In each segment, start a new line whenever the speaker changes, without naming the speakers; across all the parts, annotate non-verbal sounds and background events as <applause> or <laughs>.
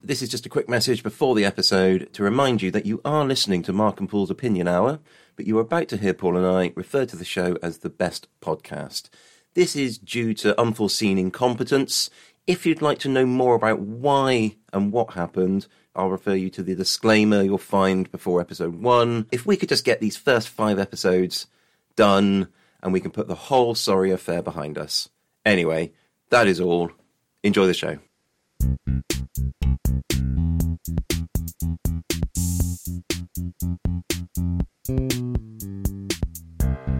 This is just a quick message before the episode to remind you that you are listening to Mark and Paul's Opinion Hour, but you are about to hear Paul and I refer to the show as the best podcast. This is due to unforeseen incompetence. If you'd like to know more about why and what happened, I'll refer you to the disclaimer you'll find before episode one. If we could just get these first five episodes done and we can put the whole sorry affair behind us. Anyway, that is all. Enjoy the show.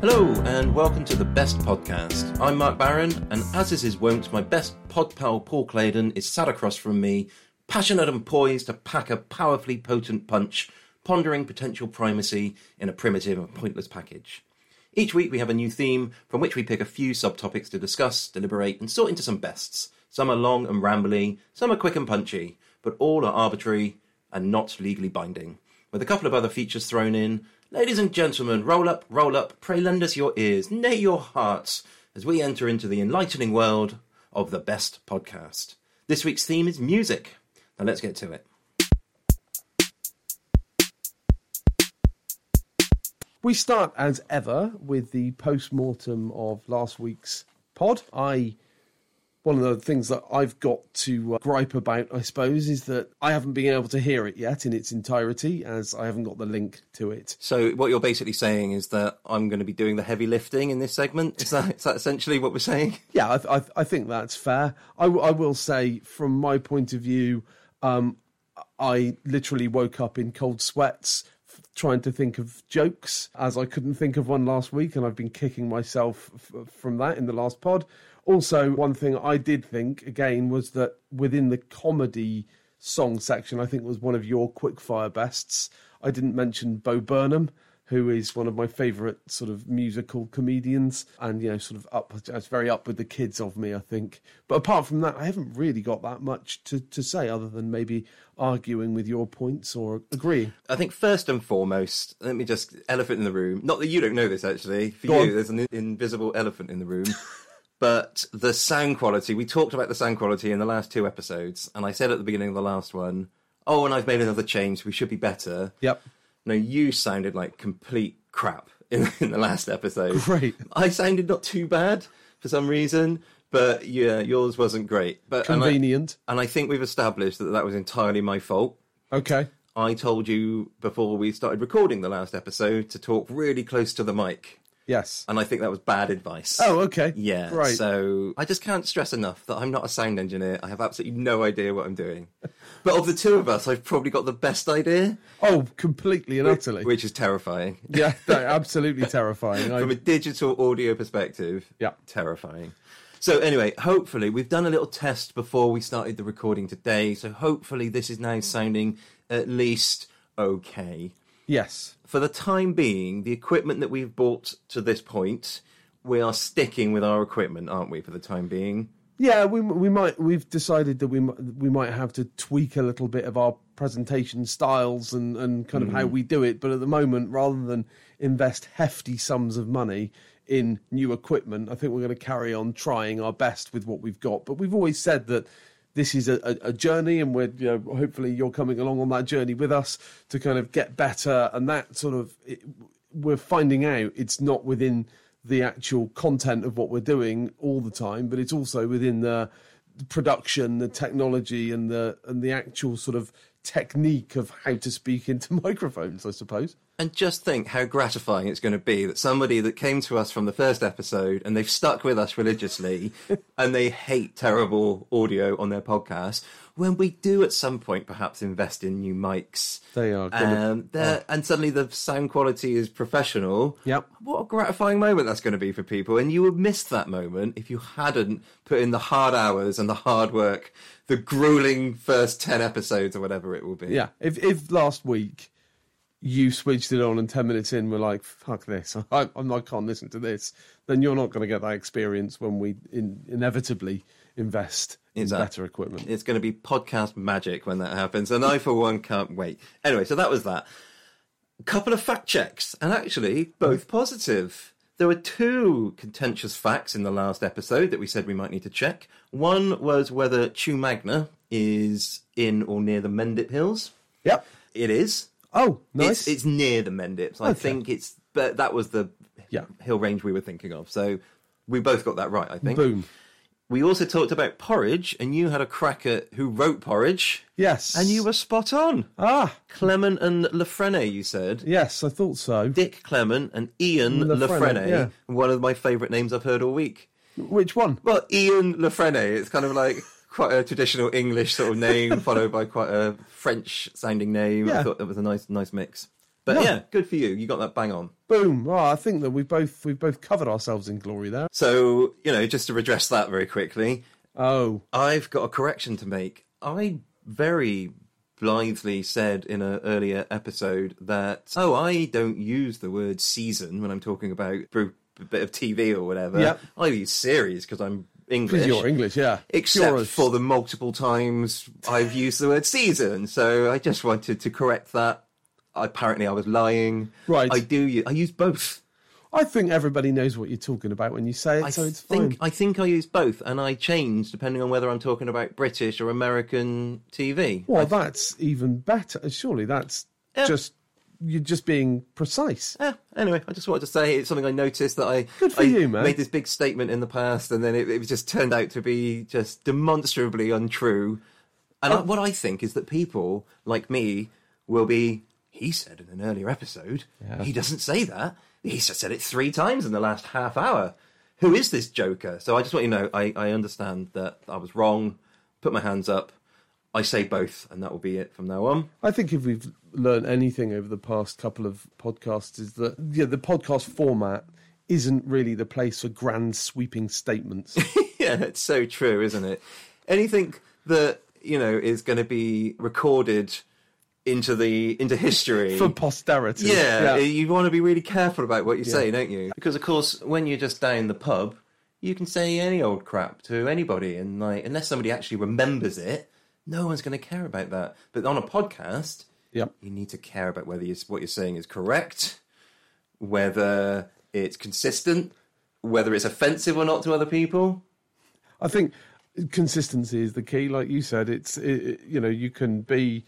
Hello, and welcome to the Best Podcast. I'm Mark Barron, and as is his wont, my best pod pal Paul Claydon is sat across from me, passionate and poised to pack a powerfully potent punch, pondering potential primacy in a primitive and pointless package. Each week we have a new theme from which we pick a few subtopics to discuss, deliberate, and sort into some bests. Some are long and rambly, some are quick and punchy, but all are arbitrary and not legally binding. With a couple of other features thrown in, ladies and gentlemen, roll up, roll up, pray lend us your ears, nay your hearts, as we enter into the enlightening world of the best podcast. This week's theme is music. Now let's get to it.
We start, as ever, with the post mortem of last week's pod. I, one of the things that I've got to uh, gripe about, I suppose, is that I haven't been able to hear it yet in its entirety, as I haven't got the link to it.
So what you're basically saying is that I'm going to be doing the heavy lifting in this segment. Is that is that essentially what we're saying?
Yeah, I, I, I think that's fair. I, w- I will say, from my point of view, um, I literally woke up in cold sweats trying to think of jokes as I couldn't think of one last week, and I've been kicking myself f- from that in the last pod. Also, one thing I did think again was that within the comedy song section, I think was one of your quickfire bests. I didn't mention Bo Burnham, who is one of my favourite sort of musical comedians, and you know, sort of up, it's very up with the kids of me, I think. But apart from that, I haven't really got that much to, to say other than maybe arguing with your points or agreeing.
I think first and foremost, let me just elephant in the room. Not that you don't know this actually. For
Go
you,
on.
there's an in- invisible elephant in the room. <laughs> but the sound quality, we talked about the sound quality in the last two episodes, and I said at the beginning of the last one, oh, and I've made another change, we should be better.
Yep.
No, you sounded like complete crap <laughs> in, in the last episode.
Great.
I sounded not too bad for some reason, but yeah, yours wasn't great. But and I-
Convenient.
and I think we've established that that was entirely my fault.
Okay.
I told you before we started recording the last episode to talk really close to the mic,
Yes.
and I think that was bad advice.
Oh, okay.
yeah.
Right.
So I just can't stress enough that I'm not a sound engineer. I have absolutely no idea what I'm
<laughs>
doing. But of the two of us, I've probably got the best idea,
oh, completely and utterly.
which is terrifying.
yeah, <laughs> no, absolutely terrifying.
<laughs>
I-
From a digital audio perspective,
Yeah.
terrifying. So anyway, hopefully we've done a little test before we started the recording today. So hopefully this is now sounding at least okay.
yes.
for the time being, the equipment that we've bought to this point, we are sticking with our equipment, aren't we? For the time being,
Yeah, we we might we've decided that we m- we might have to tweak a little bit of our presentation styles and and kind of how we do it. But at the moment, rather than invest hefty sums of money in new equipment, I think we're going to carry on trying our best with what we've got. But we've always said that this is a, a, a journey, and we're you know, hopefully you're coming along on that journey with us to kind of get better. And that sort of it, we're finding out it's not within the actual content of what we're doing all the time, but it's also within the production, the technology, and the and the actual sort of technique of how to speak into <laughs> microphones. I suppose.
and just think how gratifying it's going to be that somebody that came to us from the first episode and they've stuck with us
<laughs>
religiously, and they hate terrible audio on their podcast. When we do at some point perhaps invest in new mics,
They are gonna-
um, they're- and suddenly the sound quality is professional.
Yep.
What a gratifying moment that's going to be for people. And you would miss that moment if you hadn't put in the hard hours and the hard work, the grueling first 10 episodes or whatever it will be.
Yeah. If if last week you switched it on and ten minutes in were like fuck this, <laughs> I, I'm I can't listen to this, then you're not going to get that experience when we in, inevitably invest in
Exactly.
better equipment.
It's going to be podcast magic when that happens. And I, for one, can't wait. Anyway, so that was that. A couple of fact checks, and actually, both positive. There were two contentious facts in the last episode that we said we might need to check. One was whether Chew Magna is in or near the Mendip Hills.
Yep.
It is.
Oh, nice.
It's, it's near the Mendips. I
Okay.
think it's, but that was the
Yeah.
hill range we were thinking of. So we both got that right, I think.
Boom.
We also talked about porridge, and you had a crack at who wrote porridge,
Yes.
and you were spot on.
ah
Clement and Lefrene, you said.
yes, I thought so.
Dick Clement and Ian
Lefrene,
Lefrene,
yeah.
one of my favourite names I've heard all week.
Which one?
Well, Ian Lefrene, it's kind of like quite a traditional English sort of
<laughs>
name, followed by quite a French sounding name. I
Yeah.
thought that was a nice, nice mix. But
Yeah.
yeah, good for you. You got that bang on.
Boom. Oh, I think that we both we both covered ourselves in glory there.
So, you know, just to redress that very quickly,
Oh,
I've got a correction to make. I very blithely said in an earlier episode that, oh, I don't use the word season when I'm talking about brew- a bit of TV or whatever.
Yep.
I use series because I'm English.
because you're English, yeah.
Except
You're a-
for the multiple times I've used the word season. So I just wanted to correct that. Apparently, I was lying.
Right.
I do. u- I use both.
I think everybody knows what you're talking about when you say it,
I
so it's
think
fine.
I think I use both, and I change depending on whether I'm talking about British or American TV.
Well, that's even better. Surely that's
Yeah.
just you're just being precise.
Eh, anyway, I just wanted to say it's something I noticed that I
Good for
I
you, man.
made this big statement in the past, and then it, it just turned out to be just demonstrably untrue. And
Oh.
I, what I think is that people like me will be. He said in an earlier episode, he doesn't say that. He's just said it three times in the last half hour. Who is this Joker? So I just want you to know, I, I understand that I was wrong. Put my hands up. I say both, and that will be it from now on.
I think if we've learned anything over the past couple of podcasts is that yeah, the podcast format isn't really the place for grand
<laughs>
sweeping statements.
yeah, it's so true, isn't it? Anything that you know is going to be recorded into the into history
for posterity.
yeah, eh, you want to be really careful about what you say, don't you? Because of course, when you're just down the pub, you can say any old crap to anybody, and like unless somebody actually remembers it, no one's going to care about that. But on a podcast,
Yep.
you need to care about whether you, what you're saying is correct, whether it's consistent, whether it's offensive or not to other people.
I think consistency is the key. Like you said, it's it, it- you know you can be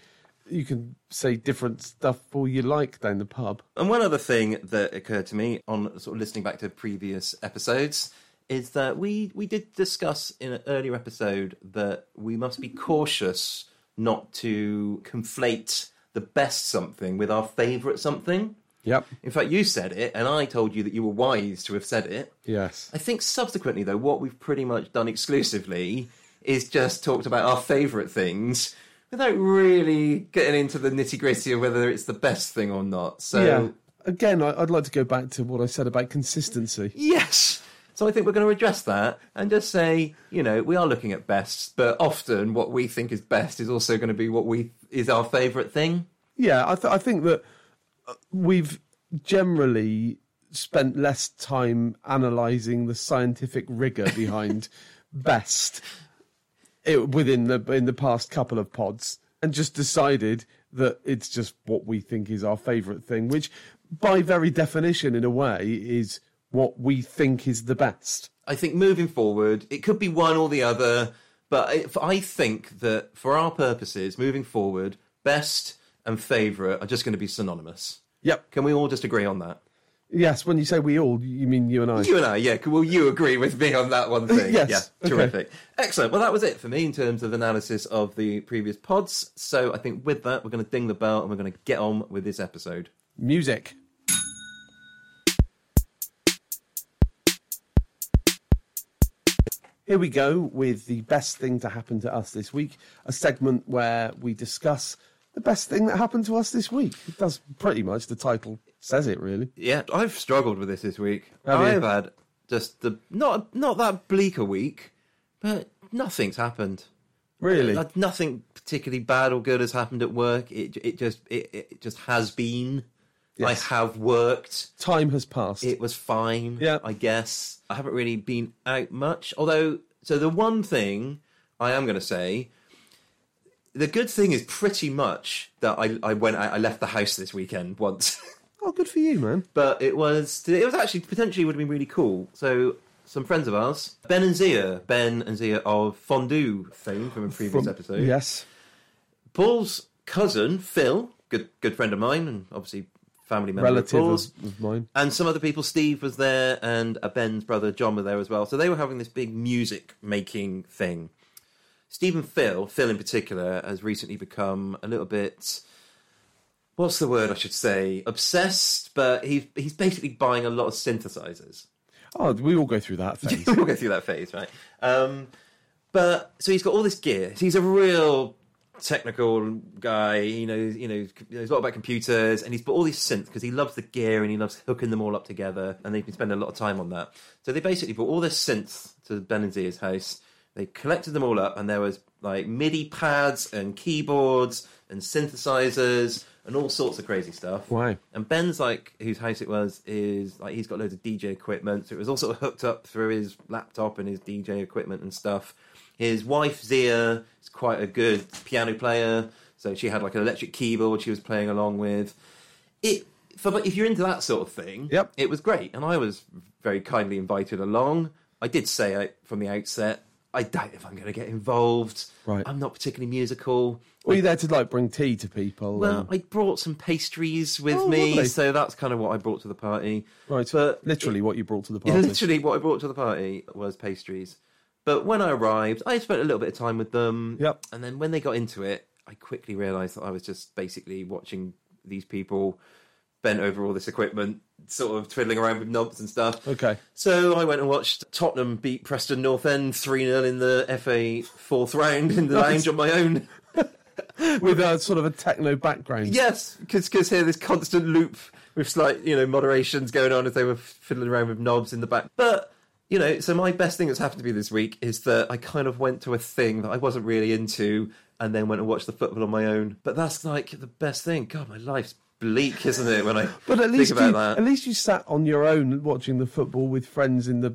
you can say different stuff all you like down the pub.
And one other thing that occurred to me on sort of listening back to previous episodes is that we we did discuss in an earlier episode that we must be cautious not to conflate the best something with our favorite something.
Yep.
In fact, you said it, and I told you that you were wise to have said it.
Yes.
I think subsequently, though, what we've pretty much done exclusively is just talked about our favourite things without really getting into the nitty gritty of whether it's the best thing or not. So,
yeah. Again, I, I'd like to go back to what I said about consistency.
yes. So I think we're going to address that and just say, you know, we are looking at bests, but often what we think is best is also going to be what we is our favourite thing.
Yeah, I, th- I think that uh, we've generally spent less time analysing the scientific rigour behind best it, within the in the past couple of pods, and just decided that it's just what we think is our favourite thing, which, by very definition, in a way, is what we think is the best.
I think moving forward, it could be one or the other, but I- f- I think that for our purposes, moving forward, best and favourite are just going to be synonymous.
Yep.
Can we all just agree on that?
Yes. When you say we all, you mean you and I.
You and I, yeah. c- Will you agree with me on that one thing?
<laughs> Yes.
Yeah,
Okay.
terrific. Excellent. Well, that was it for me in terms of analysis of the previous pods. So I think with that, we're going to ding the bell and we're going to get on with this episode.
Music. Here we go with the best thing to happen to us this week, a segment where we discuss the best thing that happened to us this week. That's pretty much the title says it, really.
Yeah, I've struggled with this this week.
Have you?
I've had just the not not that bleak a week, but nothing's happened.
Really?
Like, nothing particularly bad or good has happened at work. It it just it, it just has been.
Yes.
I have worked.
Time has passed.
It was fine.
Yeah.
I guess I haven't really been out much. Although, so the one thing I am going to say, the good thing is pretty much that I I went out, I left the house this weekend <laughs> once.
Oh, good for you, man.
But it was it was actually potentially would have been really cool. So some friends of ours, Ben and Zia, Ben and Zia of Fondue fame from a previous
From-
episode.
Yes.
Paul's cousin Phil, good good friend of mine, and obviously family member of
Relative
Paul's.
of, of mine.
And some other people, Steve was there, and uh, Ben's brother John were there as well. So they were having this big music making thing. Steve and Phil, Phil in particular, has recently become a little bit. What's the word I should say? Obsessed, but he's he's basically buying a lot of synthesizers.
Oh, we all go through that phase.
<laughs> we'll go through that phase, right? Um, but so he's got all this gear. He's a real technical guy. He knows, you know, c- knows a lot about computers, and he's bought all these synths because he loves the gear and he loves hooking them all up together. And they've been spending a lot of time on that. So they basically brought all their synths to Ben and Zia's house. They collected them all up, and there was like MIDI pads and keyboards and synthesizers and all sorts of crazy stuff.
Wow.
And Ben's like, whose house it was, is like he's got loads of DJ equipment, so it was all sort of hooked up through his laptop and his DJ equipment and stuff. His wife Zia is quite a good piano player, so she had like an electric keyboard she was playing along with. It, for, but if you're into that sort of thing,
Yep.
it was great, and I was very kindly invited along. I did say I, from the outset, I doubt if I'm going to get involved.
Right.
I'm not particularly musical.
Were you there to like bring tea to people?
Well,
and-
I brought some pastries with
Oh,
me,
lovely.
so that's kind of what I brought to the party.
right.
but- <laughs>
literally, what you brought to the
Yeah,
party.
Literally, what I brought to the party was pastries. But when I arrived, I spent a little bit of time with them.
Yep.
And then when they got into it, I quickly realised that I was just basically watching these people bent over all this equipment, sort of twiddling around with knobs and stuff.
Okay.
So I went and watched Tottenham beat Preston North End 3 0 in the FA fourth round in the lounge on my own.
With a sort of a techno background.
Yes, because here there's constant loop with slight you know moderations going on as they were fiddling around with knobs in the back. But you know, so my best thing that's happened to me this week is that I kind of went to a thing that I wasn't really into, and then went and watched the football on my own. But that's like the best thing. God, my life's bleak, isn't it? When I
<laughs> But at least
think about
you,
that,
at least you sat on your own watching the football with friends in the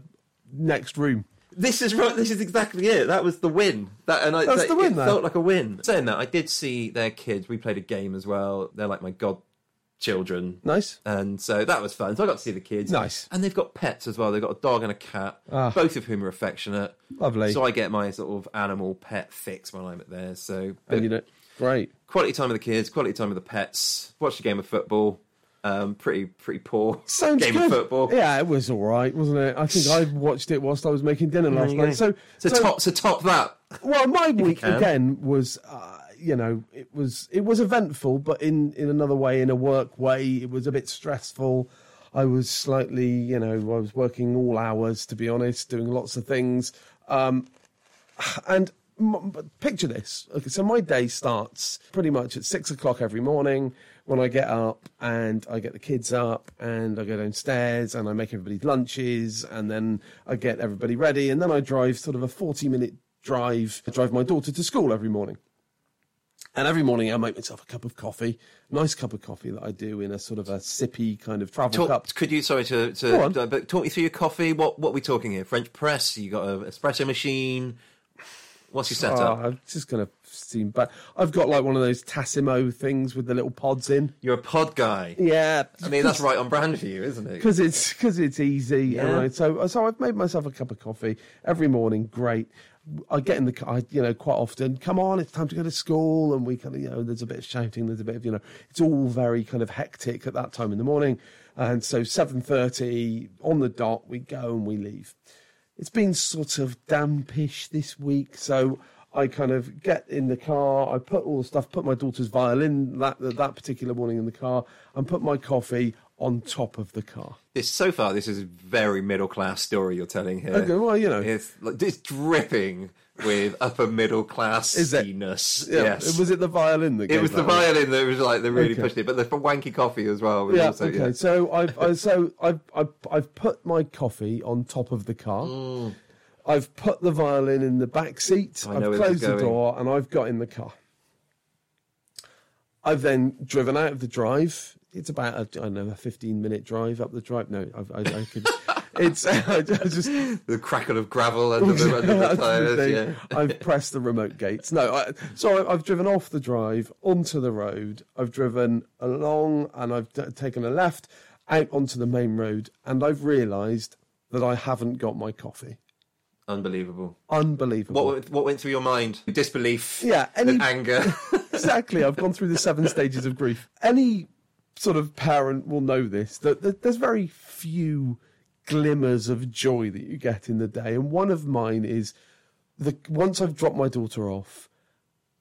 next room.
This is right. This is exactly it. That was the win. That and I,
That's
that-
the win,
It
though.
felt like a win. Saying that, I did see their kids. We played a game as well. They're like my god children.
Nice.
And so that was fun. So I got to see the kids.
Nice.
And they've got pets as well. They've got a dog and a cat,
Ah.
both of whom are affectionate.
Lovely.
So I get my sort of animal pet fix when I'm at there. So
and you know, great.
quality time with the kids, quality time with the pets. Watched a game of football. Um, pretty pretty poor <laughs>
Sounds
game of
good.
football.
Yeah, it was all right, wasn't it? I
<sighs>
think I watched it whilst I was making dinner
There
last
you go.
night. So,
so, top so top that.
well, my week
can.
again was, uh, you know, it was it was eventful, but in in another way, in a work way, it was a bit stressful. I was slightly, you know, I was working all hours to be honest, doing lots of things. Um, and m- but picture this. Okay, so my day starts pretty much at six o'clock every morning when I get up and I get the kids up and I go downstairs and I make everybody's lunches and then I get everybody ready and then I drive sort of a 40 minute drive. I drive my daughter to school every morning. And every morning I make myself a cup of coffee, nice cup of coffee that I do in a sort of a sippy kind of travel cup.
Talk, could you sorry to,
Go
to
on.
but talk me through your coffee? What what are we talking here? French press? You got an espresso machine? What's your setup?
Oh, I'm just going to seem bad. I've got like one of those Tassimo things with the little pods in.
You're a pod guy.
Yeah.
I mean, that's right on brand for you, isn't it?
because it's because it's easy.
Yeah.
And I, so so I've made myself a cup of coffee every morning. Great. I get in the car, you know, quite often. Come on, it's time to go to school, and we kind of, you know, there's a bit of shouting, there's a bit of, you know, it's all very kind of hectic at that time in the morning. And so, seven thirty on the dot, we go and we leave. It's been sort of dampish this week, so I kind of get in the car, I put all the stuff, put my daughter's violin that that particular morning in the car, and put my coffee on top of the car.
This so far, this is a very middle class story you're telling here.
Okay, well, you know.
it's like, it's dripping with upper middle class
Is it?
Yes,
Yeah, Was it the violin that
It was the
violin.
violin that was like that really
Okay.
pushed it, but the wanky coffee as well. Was
Yeah.
also,
okay.
yeah.
So I've I, so I've, I've I've put my coffee on top of the car. I've put the violin in the back seat.
Mm. I know
I've
where this is
closed the
going.
door and I've got in the car. I've then
<laughs>
driven out of the drive. It's about a, I don't know a fifteen minute drive up the drive. No, I've, I, I could. it's <laughs> I just
the crackle of gravel under the, under the
<laughs> That's the
tires.
thing.
Yeah.
I've pressed the remote gates. No, I, so I, I've driven off the drive onto the road. I've driven along and I've t- taken a left out onto the main road, and I've realised that I haven't got my coffee.
Unbelievable.
Unbelievable.
What went- what went through your mind? Disbelief.
Yeah, any-
then
<laughs>
anger.
exactly. I've gone through
<laughs>
the seven stages of grief. Any sort of parent will know this that that there's very few glimmers of joy that you get in the day, and one of mine is the once I've dropped my daughter off,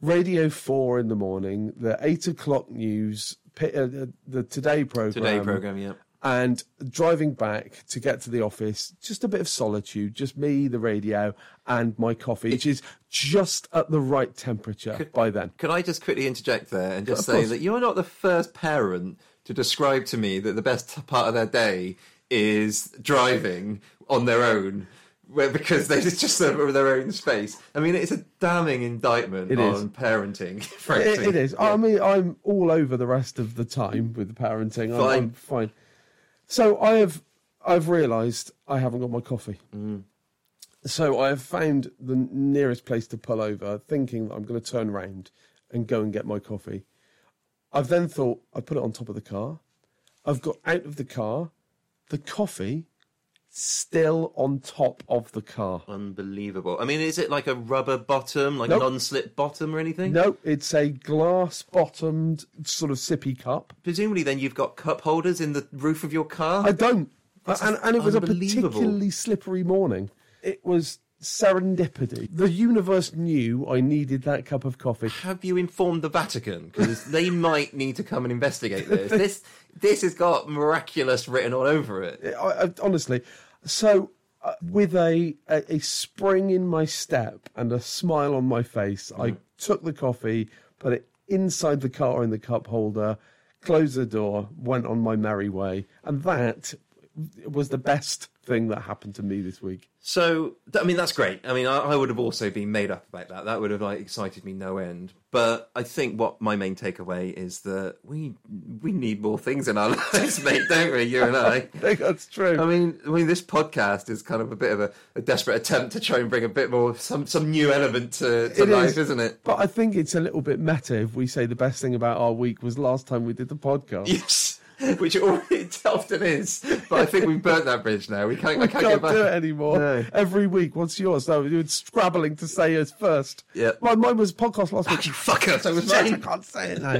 Radio Four in the morning, the eight o'clock news, pi- uh, the- the Today program,
Today program. Yeah.
and driving back to get to the office, just a bit of solitude, just me, the radio, and my coffee, which is just at the right temperature by then.
Could I just quickly interject there and just
of
say
course.
that you're not the first parent to describe to me that the best part of their day is driving on their own. where- Because they <laughs> it's just their, their own space. I mean, it's a damning indictment
It is.
on parenting, <laughs> frankly.
It, it is. I mean, I'm all over the rest of the time with the parenting. I'm I'm
Fine.
fine. So I have, I've realised I haven't got my coffee. So I have found the nearest place to pull over, thinking that I'm going to turn round and go and get my coffee. I've then thought I put it on top of the car. I've got out of the car, the coffee still on top of the car.
Unbelievable. I mean, is it like a rubber bottom, like
Nope.
non-slip bottom or anything?
No, it's a glass bottomed sort of sippy cup.
Presumably, then you've got cup holders in the roof of your car.
I don't. and, and it was a
unbelievable.
particularly slippery morning. It was serendipity. The universe knew I needed that cup of coffee.
Have you informed the Vatican? Because they might need to come and investigate this. This this has got miraculous written all over it.
I, I, honestly, so uh, with a, a a spring in my step and a smile on my face, I took the coffee, put it inside the car in the cup holder, closed the door, went on my merry way, and that was the best thing that happened to me this week. <laughs>
So, th- I mean, that's great. I mean, I, I would have also been made up about that. That would have like excited me no end. But I think what my main takeaway is that we we need more things in our <laughs> lives, mate, don't we? You and I.
I think that's true.
I mean, I mean, this podcast is kind of a bit of a, a desperate attempt to try and bring a bit more some some new element to, to
It
life,
is.
isn't it?
But I think it's a little bit meta if we say the best thing about our week was last time we did the podcast.
Yes, <laughs> which it, al- it often is. But I think we've burnt that bridge now. We can't. I can't,
Can't
go back.
do it anymore.
No.
Every week, what's yours? No, you're scrabbling to say yours first.
Yeah.
Mine, mine was
<laughs>
podcast last week.
You fucker! So it was
Shit, I
mine.
can't say it
<laughs>
now.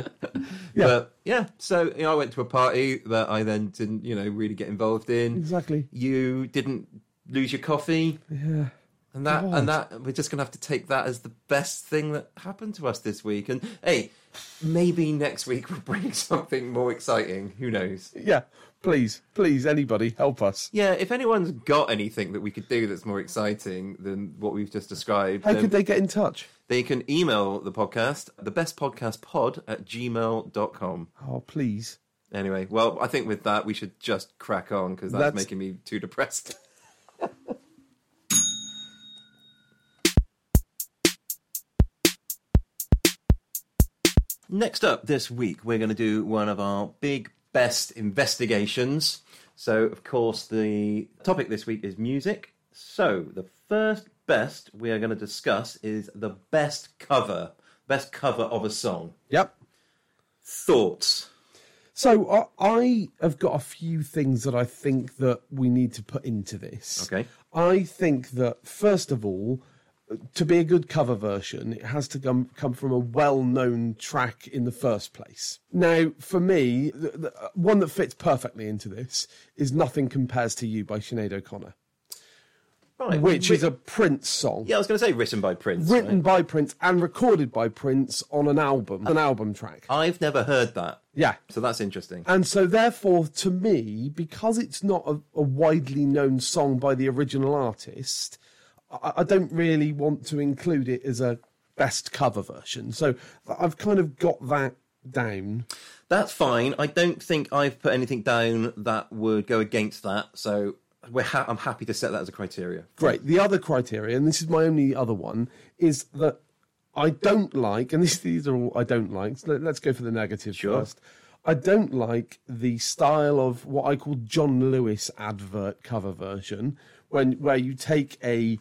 Yeah.
But yeah, so you know, I went to a party that I then didn't, you know, really get involved in.
Exactly.
You didn't lose your coffee,
Yeah.
and that
God.
and that we're just gonna have to take that as the best thing that happened to us this week. And hey, maybe next week we'll bring <laughs> something more exciting. Who knows?
Yeah. Please, please, anybody, help us.
Yeah, if anyone's got anything that we could do that's more exciting than what we've just described,
How
then
could they get in touch?
They can email the podcast, thebestpodcastpod at gmail.com.
Oh, please.
Anyway, well, I think with that, we should just crack on because that's,
That's-
making me too depressed. <laughs> Next up this week, we're going to do one of our big best investigations. So, of course, the topic this week is music. So, the first best we are going to discuss is the best cover, best cover of a song.
Yep.
Thoughts?
So I, I have got a few things that I think that we need to put into this.
Okay.
I think that first of all, to be a good cover version, it has to come come from a well-known track in the first place. Now, for me, the, the, uh, one that fits perfectly into this is "Nothing Compares to You" by Sinead O'Connor,
Right.
which is a Prince song.
Yeah, I was going to say written by Prince.
Written by Prince and recorded by Prince on an album, an album track.
I've never heard that.
Yeah,
So that's interesting.
And so, therefore, to me, because it's not a, a widely known song by the original artist, I, I don't really want to include it as a best cover version. So I've kind of got that down.
That's fine. I don't think I've put anything down that would go against that. So we're ha- I'm happy to set that as a criteria.
Great. The other criteria, and this is my only other one, is that I don't like, and this, these are all I don't like. So let, us go for the negative first. I don't like the style of what I call John Lewis advert cover version, when where you take a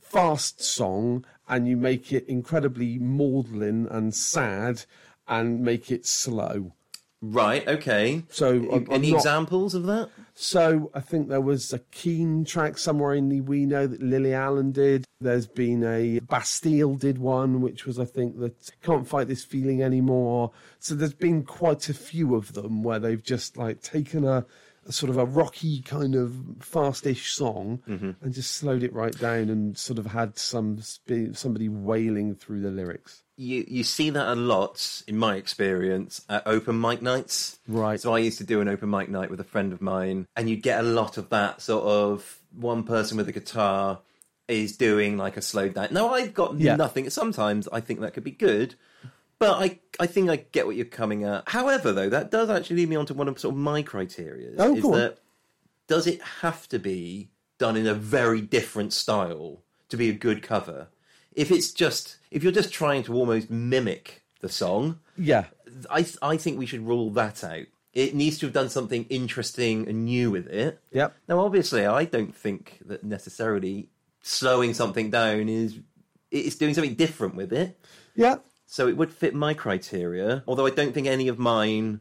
fast song and you make it incredibly maudlin and sad and make it slow.
Right. Okay.
So I'm- I'm
any
not-
examples of that?
So I think there was a Keen track somewhere in the We Know that Lily Allen did. There's been a Bastille did one, which was I think that can't fight this feeling anymore. So there's been quite a few of them where they've just like taken a, a sort of a rocky kind of fast-ish song and just slowed it right down and sort of had some sp- somebody wailing through the lyrics.
you you see that a lot in my experience at open mic nights.
Right.
So I used to do an open mic night with a friend of mine, and you'd get a lot of that sort of one person with a guitar is doing like a slowed down. No, I've got
Yeah.
nothing. Sometimes I think that could be good. But I, I think I get what you're coming at. However, though, that does actually lead me on to one of sort of my criteria.
Oh,
is
go on.
that does it have to be done in a very different style to be a good cover? If it's just if you're just trying to almost mimic the song,
Yeah,
I I think we should rule that out. It needs to have done something interesting and new with it.
Yep.
Now, obviously, I don't think that necessarily slowing something down is it's doing something different with it.
yeah.
So it would fit my criteria, although I don't think any of mine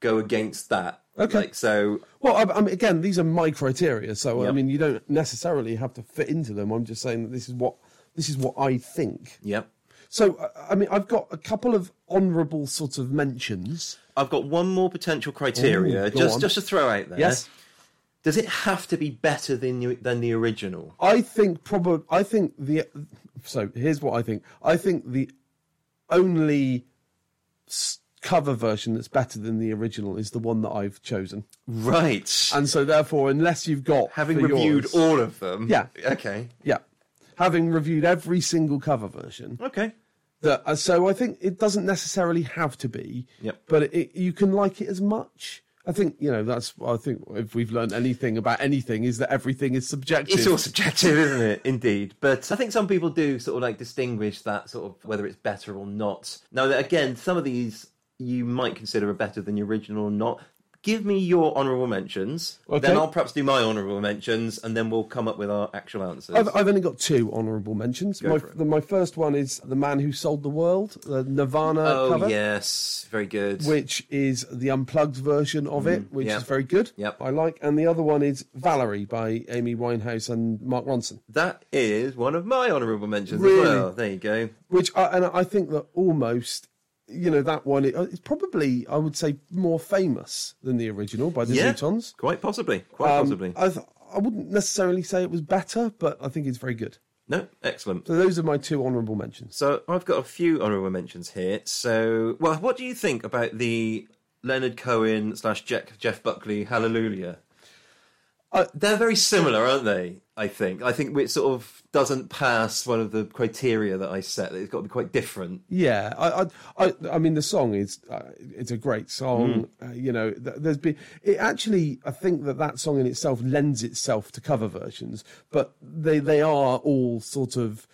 go against that.
Okay.
Like, so
Well, I, I mean, again, these are my criteria, so I
Yep.
mean, you don't necessarily have to fit into them. I'm just saying that this is what this is what I think.
yep.
So, uh, I- I mean, I've got a couple of honourable sort of mentions.
I've got one more potential criteria
Ooh, go
just
on.
just to throw out there.
Yes,
Does it have to be better than you, than the original?
I think probably I think the so here's what I think. I think the only s- cover version that's better than the original is the one that I've chosen,
Right.
and so therefore, unless you've got
Having
for
reviewed
yours-
all of them.
Yeah.
Okay.
yeah, having reviewed every single cover version.
Okay.
that uh, so I think it doesn't necessarily have to be,
Yep.
but it, it, you can like it as much. I think you know that's I think if we've learned anything about anything is that everything is subjective.
It's all subjective, isn't it? Indeed. But I think some people do sort of like distinguish that sort of whether it's better or not. Now, that- again, some of these you might consider are better than the original or not. Give me your honourable mentions. Then
Okay.
I'll perhaps do my honourable mentions and then we'll come up with our actual answers.
I've, I've only got two honourable mentions. my,
for it.
the, my first one is the man who sold the world, the Nirvana
oh,
cover,
yes. Very good.
which is the unplugged version of it, which
yeah.
is very good.
Mm-hmm. Yep.
I like. And the other one is Valerie by Amy Winehouse and Mark Ronson.
That is one of my honourable mentions
Really?
as well. There you go.
which I, and I think that almost you know that one it, uh, it's probably I would say more famous than the original by the Zootons.
quite possibly, quite
Um,
possibly.
I th- I wouldn't necessarily say it was better, but I think it's very good.
no, excellent.
So those are my two honourable mentions.
So I've got a few honourable mentions here. So, well, what do you think about the Leonard Cohen slash Jack, Jeff Buckley Hallelujah?
Uh,
They're very similar, aren't they? I think. I think it sort of doesn't pass one of the criteria that I set. It's got to be quite different.
Yeah, I, I, I, I mean, the song is, uh, it's a great song.
Mm.
Uh, you know, th- there's been, it actually, I think that that song in itself lends itself to cover versions, but they, they are all sort of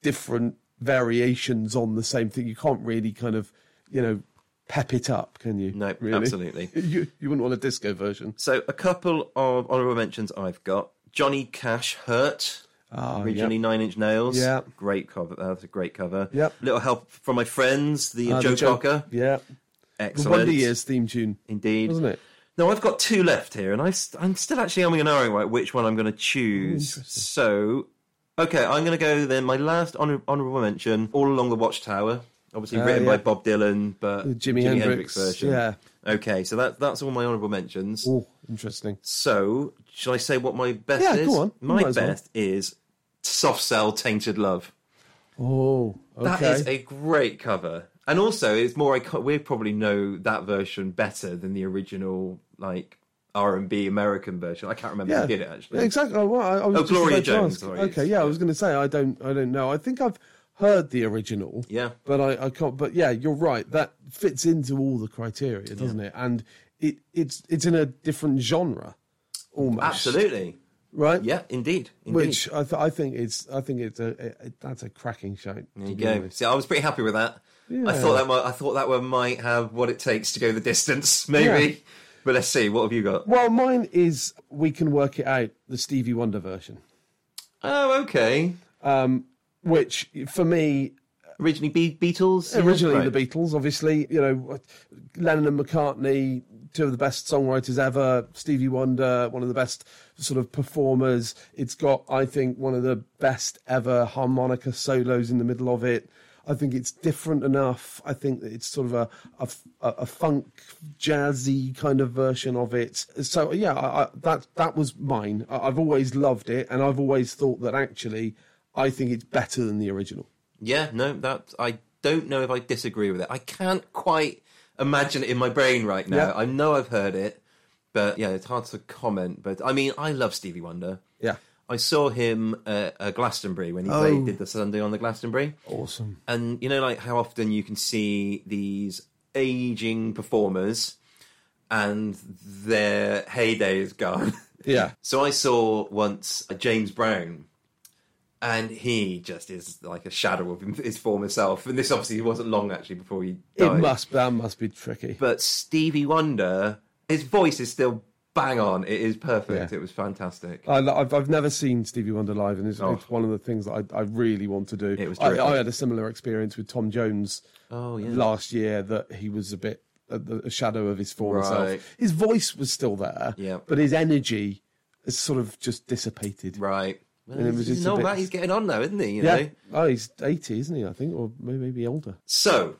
different variations on the same thing. You can't really kind of, you know, pep it up, can you?
No,
Really?
absolutely.
<laughs> You, you wouldn't want a disco version.
So, a couple of honourable mentions I've got: Johnny Cash Hurt.
Ah,
originally Nine Inch Nails.
Yeah.
Great cover. That's a great cover.
Yep.
Little help from my friends, the
Uh,
Joe
the
Cocker.
Yeah. The
Excellent.
Wonder Years theme tune,
Indeed.
wasn't it?
No, I've got two left here, and I, am still actually umming and ahhing about which one I'm going to choose. so, okay, I'm going to go then. My last honor, honorable mention, All Along the Watchtower, obviously
Ah,
written by
yeah.
Bob Dylan, but
The Jimi Hendrix,
version.
yeah.
Okay, so that, that's all my honorable mentions.
Oh, interesting.
So, shall I say what my best
Yeah,
is?
go on.
My
Might as well.
best is Soft Cell Tainted Love.
Oh, okay.
That is a great cover, and also it's more. Icon- we probably know that version better than the original, like R and B American version. I can't remember who did it actually.
Yeah, exactly. Oh, well, I, I was
Oh,
just
Gloria
about to
Jones,
ask.
sorry,
okay,
yes,
yeah, I was going to say I don't, I don't know. I think I've heard the original.
Yeah.
but I, I can't. But yeah, you're right. That fits into all the criteria, doesn't it? And it, it's, it's in a different genre, almost.
Absolutely.
Right.
Yeah, indeed. indeed.
Which I, th- I think it's, I think it's a, a, that's a cracking shout.
there you go. See, I was pretty happy with that. I thought that might, I thought that one might have what it takes to go the distance, <laughs> maybe.
Yeah.
But let's see. What have you got?
Well, mine is we can work it out the Stevie Wonder version, um,
Oh, okay.
which for me
Originally Be- Beatles. yeah?
originally
Right.
the Beatles, obviously. You know, Lennon and McCartney, two of the best songwriters ever. Stevie Wonder, one of the best sort of performers. It's got, I think, one of the best ever harmonica solos in the middle of it. I think it's different enough. I think that it's sort of a a, a funk jazzy kind of version of it. So yeah, I, I, that that was mine. I, I've always loved it, and I've always thought that actually, I think it's better than the original.
Yeah, no, that I don't know if I disagree with it. I can't quite imagine it in my brain right now.
Yeah.
I know I've heard it, but yeah, it's hard to comment. But I mean, I love Stevie Wonder.
Yeah, Oh.
I saw him at, at Glastonbury when he played did the Sunday on the Glastonbury.
awesome.
And you know, like how often you can see these aging performers and their heyday is gone. <laughs>
Yeah.
So I saw once a James Brown, and he just is like a shadow of him- his former self. And this obviously wasn't long actually before he
It
died.
must that must be tricky.
But Stevie Wonder, his voice is still bang on. It is perfect.
Yeah.
It
Uh,
was fantastic.
I, lo- I've I've never seen Stevie Wonder live, and it's,
Oh.
it's one of the things that I, I really want to do.
It was
I,
terrific.
I had a similar experience with Tom Jones
Oh, yeah.
last year that he was a bit a, a shadow of his former
Right.
self. His voice was still there,
Yeah.
but his energy is sort of just dissipated.
Right. Well,
And it
he's,
was just
he's
a
not
bit-
that he's getting on now, isn't he? You
Yeah,
know?
oh, he's eighty, isn't he? I think, or may- maybe older.
So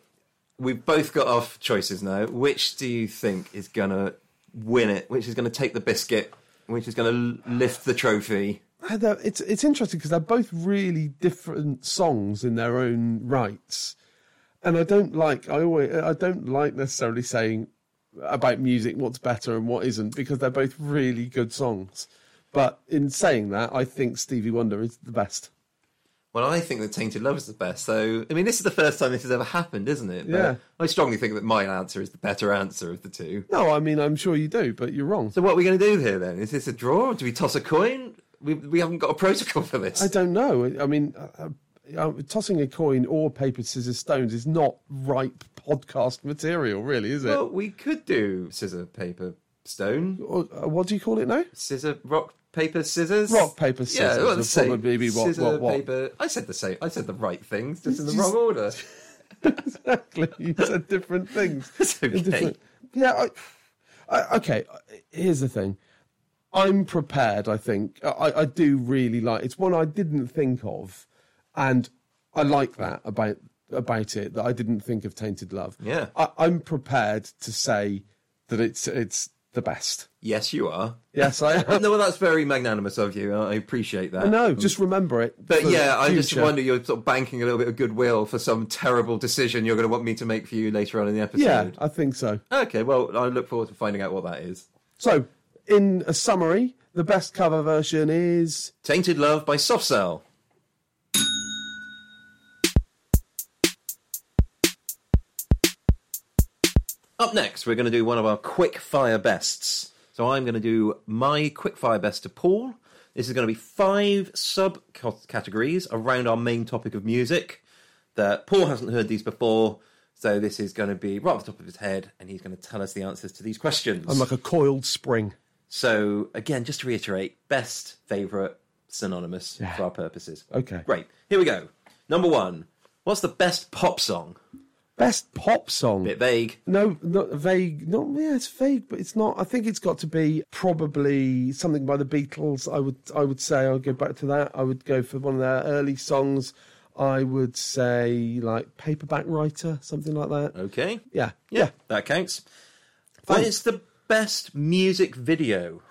we've both got off choices now. Which do you think is gonna win it? Which is gonna take the biscuit? Which is gonna l- lift the trophy?
I don't- It's it's interesting because they're both really different songs in their own rights, and I don't like I always I don't like necessarily saying about music what's better and what isn't because they're both really good songs. But in saying that, I think Stevie Wonder is the best.
Well, I think that Tainted Love is the best. So, I mean, this is the first time this has ever happened, isn't it? But
Yeah.
I strongly think that my answer is the better answer of the two.
No, I mean I'm sure you do, but you're wrong.
So, what are we going to do here then? Is this a draw? Do we toss a coin? We, we haven't got a protocol for this.
I don't know. I- I mean, uh, uh, tossing a coin or paper, scissors, stones is not ripe podcast material, really, is it?
Well, we could do scissor, paper, stone.
Or, uh, what do you call it now?
Scissor, rock, paper, scissors.
Rock, paper, scissors
Yeah, well,
would
the same.
probably be what-
Scissor,
what- what?
paper. I said the same. I said the right things, just in the
Just-
wrong order.
<laughs> exactly. You said different things.
<laughs> It's okay.
Different- Yeah. I, I, okay. Here's the thing. I'm prepared. I think I, I do really like. It's one I didn't think of, and I like that about about it that I didn't think of Tainted Love.
Yeah.
I, I'm prepared to say that it's it's the best.
Yes, you are.
Yes, I am. <laughs>
No, well, that's very magnanimous of you. I appreciate that.
No, just remember it.
But
for
yeah, I just
future.
wonder you're sort of banking a little bit of goodwill for some terrible decision you're going to want me to make for you later on in the
Yeah,
episode.
I think so.
Okay, well, I look forward to finding out what that is.
So, in a summary, the best cover version is
Tainted Love by Soft Cell. Up next, we're going to do one of our quick fire bests. So I'm going to do my quick fire best to Paul. This is going to be five sub categories around our main topic of music that Paul hasn't heard these before. So this is going to be right off the top of his head, and he's going to tell us the answers to these questions.
I'm like a coiled spring.
So again, just to reiterate, best, favourite, synonymous for our purposes.
Okay.
Great. Here we go. Number one. What's the best pop song?
Best pop song.
Bit vague.
No, not vague. Not yeah, it's vague, but it's not. I think it's got to be probably something by the Beatles. I would I would say I'll go back to that. I would go for one of their early songs. I would say like Paperback Writer, something like that.
Okay.
Yeah,
Uh, Yeah, that counts. What is the best music video?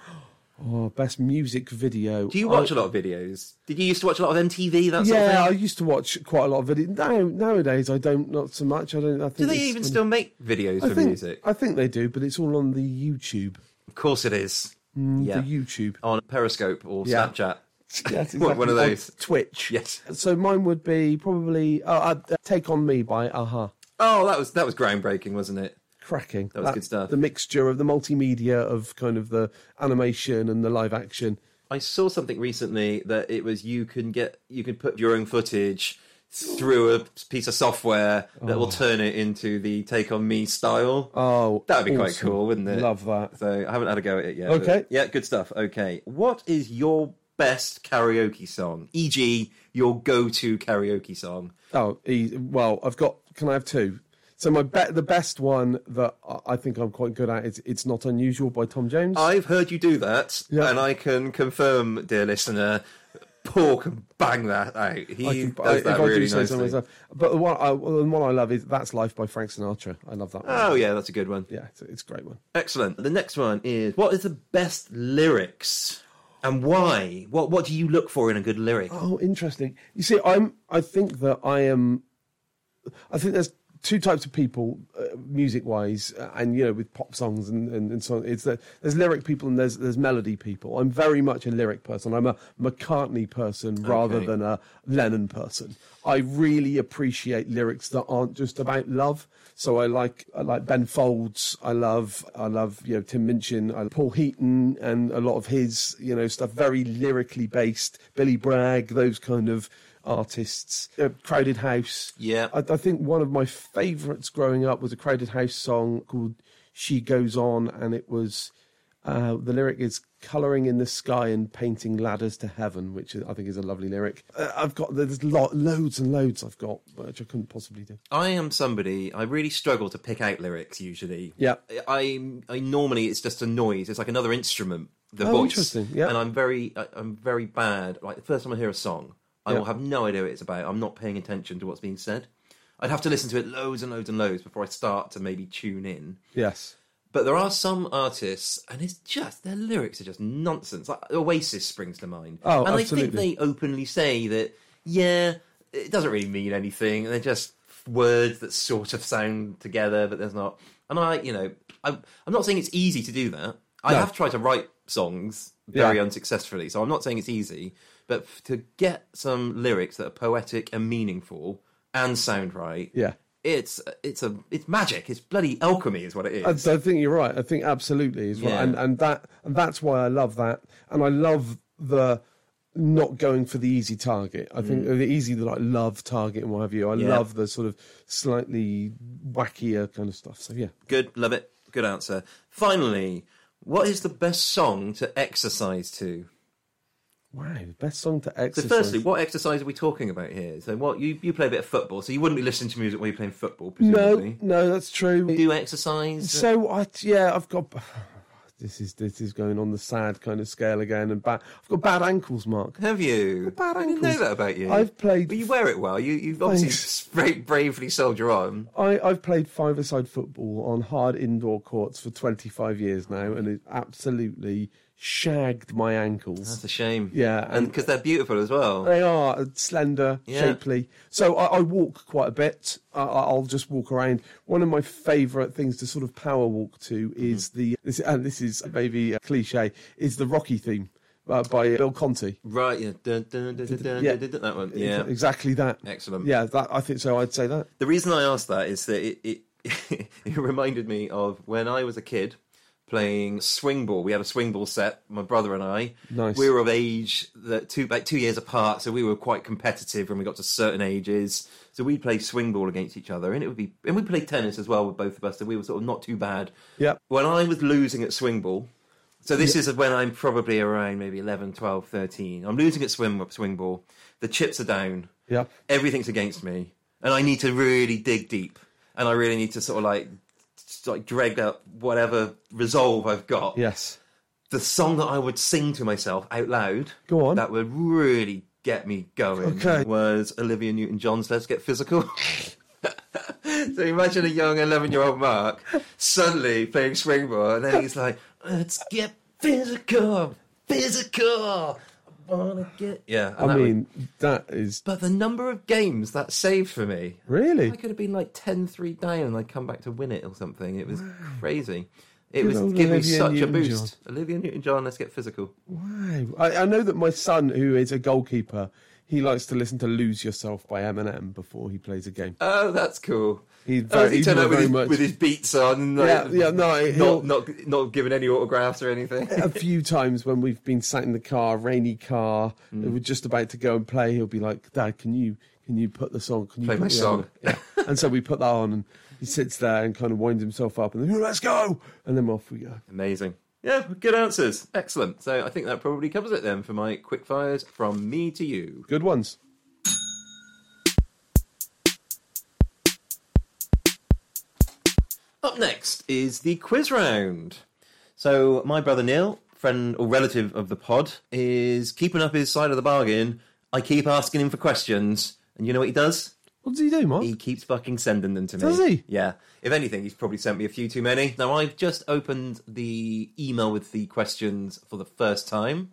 Oh, best music video.
Do you watch a lot of videos? Did you used to watch a lot of MTV? That sort of
yeah, I
thing.
used to watch quite a lot of video. Now nowadays I don't not so much. I don't. I think
Do they
it's
even
on-
still make videos
I
for
think,
music?
I think they do, but it's all on the YouTube.
Of course it is. yeah.
Mm, The YouTube.
On Periscope or
Yeah.
Snapchat.
<laughs> Yes,
One- one of
exactly.
those.
Or Twitch.
Yes.
So mine would be probably uh, uh, "Take on Me" by Aha.
Oh, that was that was groundbreaking, wasn't it?
Cracking. That
was good stuff.
The mixture of the multimedia of kind of the animation and the live action.
I saw something recently that it was you can get you can put your own footage through a piece of software that will turn it into the Take On Me style.
Oh,
That would be quite
awesome.
cool, wouldn't it?
Love that.
So I haven't had a go at it yet. but-
Okay.
yeah, good stuff. Okay. What is your best karaoke song? E.g., your go to karaoke song?
Oh, e- well, I've got. Can I have two? So my be- the best one that I- I think I'm quite good at is "It's Not Unusual" by Tom Jones.
I've heard you do that,
Yeah.
and I can confirm, dear listener, Paul can bang that out. He
I can-
does
I-
that really nicely.
myself, but the one I, well, the one I love is "That's Life" by Frank Sinatra. I love that one.
Oh, yeah, that's a good one.
yeah, it's, it's a great one.
Excellent. The next one is what is the best lyrics and why? What what do you look for in a good lyric?
Oh, interesting. You see, I'm. I think that I am. I think there's two types of people, uh, music-wise, uh, and you know, with pop songs and and, and so on. It's that there's lyric people and there's there's melody people. I'm very much a lyric person. I'm a McCartney person rather
Okay.
than a Lennon person. I really appreciate lyrics that aren't just about love. So I like I like Ben Folds. I love I love you know Tim Minchin. I Paul Heaton and a lot of his you know stuff very lyrically based. Billy Bragg, those kind of artists. Uh, Crowded House.
Yeah.
I, I think one of my favourites growing up was a Crowded House song called "She Goes On," and it was uh, the lyric is "Coloring in the sky and painting ladders to heaven," which is, I think is a lovely lyric. Uh, I've got there's lo- loads and loads I've got which I couldn't possibly do.
I am somebody I really struggle to pick out lyrics usually.
Yeah.
I I normally it's just a noise. It's like another instrument, the
Oh,
voice.
interesting, yeah.
And I'm very I, I'm very bad. Like the first time I hear a song, I
Yeah.
will have no idea what it's about. I'm not paying attention to what's being said. I'd have to listen to it loads and loads and loads before I start to maybe tune in.
Yes.
But there are some artists, and it's just their lyrics are just nonsense. Like Oasis springs to mind.
Oh,
and they
absolutely.
think they openly say that, yeah, it doesn't really mean anything. They're just words that sort of sound together, but there's not. And I, you know, I'm, I'm not saying it's easy to do that. I
No.
have tried to write songs very
Yeah.
unsuccessfully, so I'm not saying it's easy. But f- to get some lyrics that are poetic and meaningful and sound right,
Yeah.
it's it's a it's magic. It's bloody alchemy, is what it is.
I, I think you're right. I think absolutely is right,
Yeah.
and and that and that's why I love that, and I love the not going for the easy target. I think the easy like love target and what have you. I
Mm. Yeah.
love the sort of slightly wackier kind of stuff. So yeah,
Good, love it. Good answer. Finally, what is the best song to exercise to?
wow, best song to
So,
exercise.
firstly, what exercise are we talking about here? So, what you you play a bit of football, so you wouldn't be listening to music while you're playing football,
no,
presumably.
no, that's true.
Do you exercise?
So I yeah, I've got <sighs> this is this is going on the sad kind of scale again, and bad. I've got bad ankles, Mark.
Have you?
Bad
I didn't know
ankles.
that about you.
I've played-
But you wear it well. You you obviously
Thanks.
<laughs> very bravely soldier on.
I, I've played five-a-side football on hard indoor courts for 25 years now, and it absolutely shagged my ankles.
That's a shame.
Yeah, Uh,
and because they're beautiful as well.
They are slender,
Yeah.
shapely. So I, I walk quite a bit. I, I- I'll just walk around. One of my favourite things to sort of power walk to
Mm-hmm.
is the this, and this is maybe a cliche is the Rocky theme uh, by Bill Conti.
right? Yeah. Dun, dun, dun, dun, dun,
Yeah.
dun, dun, that one. Yeah.
exactly that.
Excellent.
Yeah, that I think so. I'd say that.
The reason I asked that is that it, it, it <laughs> reminded me of when I was a kid playing swing ball. We had a swing ball set, my brother and I.
Nice.
We were of age that two about two years apart, so we were quite competitive when we got to certain ages. So we'd play swing ball against each other and it would be and we played tennis as well with both of us, so we were sort of not too bad.
Yep.
When I was losing at swing ball, so this is when I'm probably around maybe 11, 12, 13. I'm losing at swim swing ball. The chips are down
Yep.
everything's against me, and I need to really dig deep, and I really need to sort of like, just, like drag up whatever resolve I've got.
Yes.
The song that I would sing to myself out loud.
Go on.
That would really get me going.
Okay.
Was Olivia Newton-John's "Let's Get Physical." <laughs> So imagine a young 11 year old Mark suddenly playing swingboard, and then he's like, let's get physical, physical. I wanna get. Yeah, and
I
that would-
mean, that is
but the number of games that saved for me.
really
I could have been like 10 3 down and I'd come back to win it or something. It was crazy. It was
old
giving me
Olivia
such a
Newton-John.
boost. Olivia Newton John, let's get physical.
Wow. I, I know that my son, who is a goalkeeper, he likes to listen to Lose Yourself by Eminem before he plays a game.
Oh, that's cool.
He's
Oh,
very-
he
he's
turned up with
very
his,
much-
with his beats on. Like,
Yeah, yeah, no, he'll-
not, not, not giving any autographs or anything. <laughs>
a few times when
Mm.
we've been sat in the car, rainy car, and we're just about to go and play, he'll be like, Dad, can you. can can you put the song? Can you
Play
put
my
the
song.
on?
<laughs>
Yeah. and so we put that on, and he sits there and kind of winds himself up, and then let's go, and then off we go.
Amazing. Yeah, good answers. Excellent. So I think that probably covers it then for my quick fires from me to you.
Good ones.
Up next is the quiz round. So my brother Neil, friend or relative of the pod, is keeping up his side of the bargain. I keep asking him for questions, and you know what he does?
What does he do, Mark?
He keeps fucking sending them to me.
Does he?
Yeah. If anything, he's probably sent me a few too many. Now, I've just opened the email with the questions for the first time.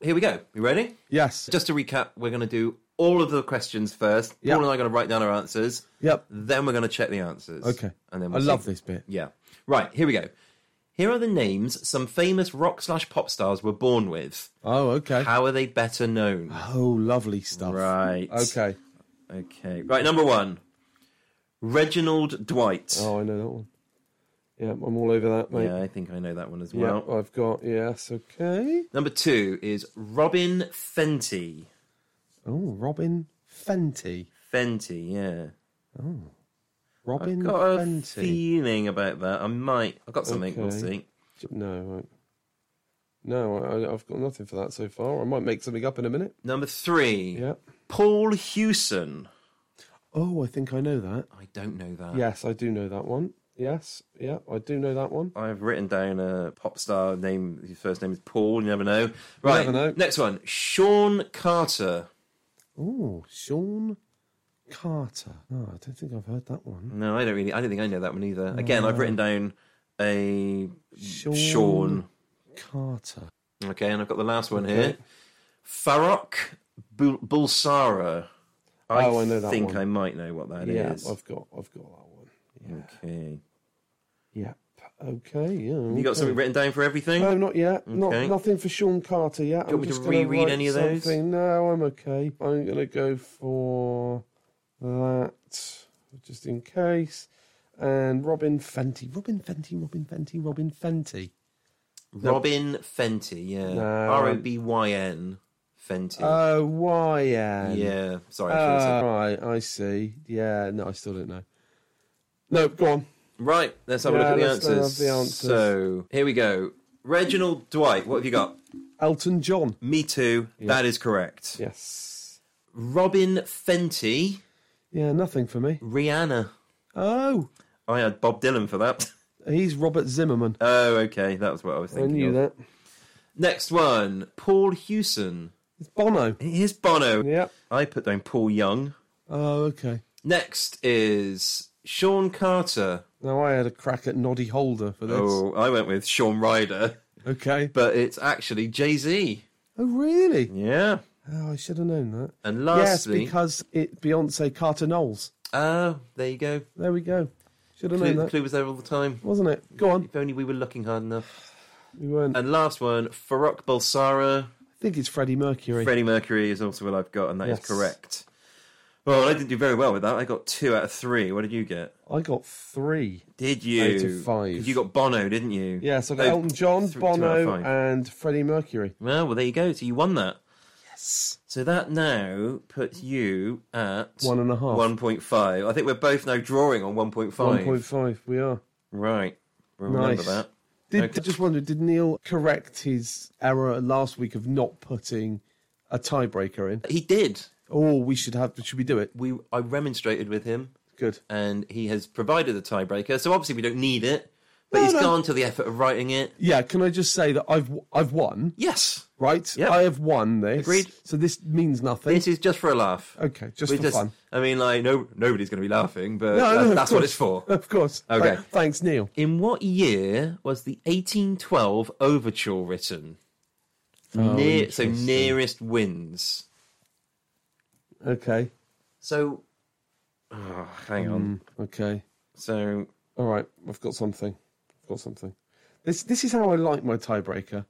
Here we go. You ready?
yes.
Just to recap, we're going to do all of the questions first.
Yep.
Paul and I are going to write down our answers.
Yep.
Then we're going to check the answers.
Okay.
And then
I
we'll
love
see-
this bit.
Yeah. Right. Here we go. Here are the names some famous rock slash pop stars were born with.
Oh, okay.
How are they better known?
Oh, lovely stuff.
Right.
Okay.
Okay. Right. Number one, Reginald Dwight.
Oh, I know that one. Yeah, I'm all over that, mate.
yeah, I think I know that one as
Yeah,
well.
I've got yes. Okay.
Number two is Robin Fenty.
Oh, Robin Fenty.
Fenty. Yeah.
Robin
I've got a
Fenty.
feeling about that. I might. I've got something. We'll
Okay.
see.
No, I... no, I, I've got nothing for that so far. I might make something up in a minute.
Number three,
Yeah.
Paul Hewson.
Oh, I think I know that.
I don't know that.
Yes, I do know that one. Yes, yeah, I do know that one.
I've written down a pop star name. His first name is Paul. You never know. Right.
never know.
Next one, Sean Carter.
Oh, Sean Carter. Oh, I don't think I've heard that one.
No, I don't really. I don't think I know that one either. Again, I've written down a
Sean,
Sean.
Carter.
Okay, and I've got the last one here. Farrokh Bul- Bulsara. I,
Oh, I know that
think
one.
I might know what that is.
Yeah, I've got, I've got that one.
Okay.
Yep. Okay. Yeah.
You got
okay.
something written down for everything?
No, not yet.
Okay.
Not nothing for Sean Carter yet.
you want
I'm
me to
just gonna
reread
write
any of those?
something. No, I'm okay. I'm gonna go for that just in case. And Robin Fenty. Robin Fenty. Robin Fenty. Robin Fenty.
Robin Fenty, yeah.
No.
R O B Y N Fenty.
Oh, why? Yeah.
yeah, sorry. I should have said-
Ah, right. I see. Yeah. No, I still don't know. No, go on.
Right, let's have a
Yeah,
look at the
let's have
answers.
the answers.
So, here we go. Reginald Dwight, what have you got?
Elton John.
Me too. That is correct.
Yes.
Robin Fenty,
Yeah. Nothing for me.
Rihanna.
Oh,
I had Bob Dylan for that. <laughs>
he's Robert Zimmerman.
Oh, okay, that was what I was
I
thinking.
knew
of.
that.
Next one, Paul Hewson.
It's Bono.
Here's Bono.
Yep.
I put down Paul Young.
Oh, okay.
Next is Sean Carter.
Now I had a crack at Noddy Holder for this.
Oh, I went with Sean Ryder,
Okay.
but it's actually Jay Z.
Oh, really?
Yeah.
Oh, I should have known that.
And
yes,
lastly,
because it Beyonce Carter Knowles.
oh, there you go.
There we go. Should have known
Clue,
that,
clue was there all the time.
wasn't it? Go on.
If only we were looking hard enough.
We weren't.
And last one, Farrokh Balsara.
I think it's Freddie Mercury.
Freddie Mercury is also what I've got, and that is
Yes.
correct. Well, I didn't do very well with that. I got two out of three. What did you get?
I got three.
Did you?
Out of five.
'Cause You got Bono, didn't you?
Yeah, so I got
Oh,
Elton John,
three- two out of
Bono,
five.
and Freddie Mercury.
Well, well, there you go. So you won that.
Yes.
So that now puts you at
One and a half.
1.5. I think we're both now drawing on 1.5.
1.5. We are.
Right. Remember
Nice.
that.
Did,
Okay.
Just wondered, did Neil correct his error last week of not putting a tiebreaker in?
He did.
Oh, we should have. Should we do it?
We I remonstrated with him
Good.
and he has provided a tiebreaker. So obviously we don't need it, but he's
no.
gone to the effort of writing it.
Yeah, can I just say that I've I've won,
Yes.
right?
Yeah.
I have won this.
Agreed.
So this means nothing.
This is just for a laugh.
okay, just
We
Uh, for fun.
I mean like no nobody's going to be laughing, but
No,
that-
no, of
that's what
course.
it's for.
<laughs> Of course.
Okay.
Th- thanks, Neil.
In what year was the 1812 overture written?
Oh,
Near, so nearest winds.
Okay.
So, oh, hang
Mm.
on.
Okay.
So,
All right. I've got something. I've got something. This this is how I like my tiebreaker.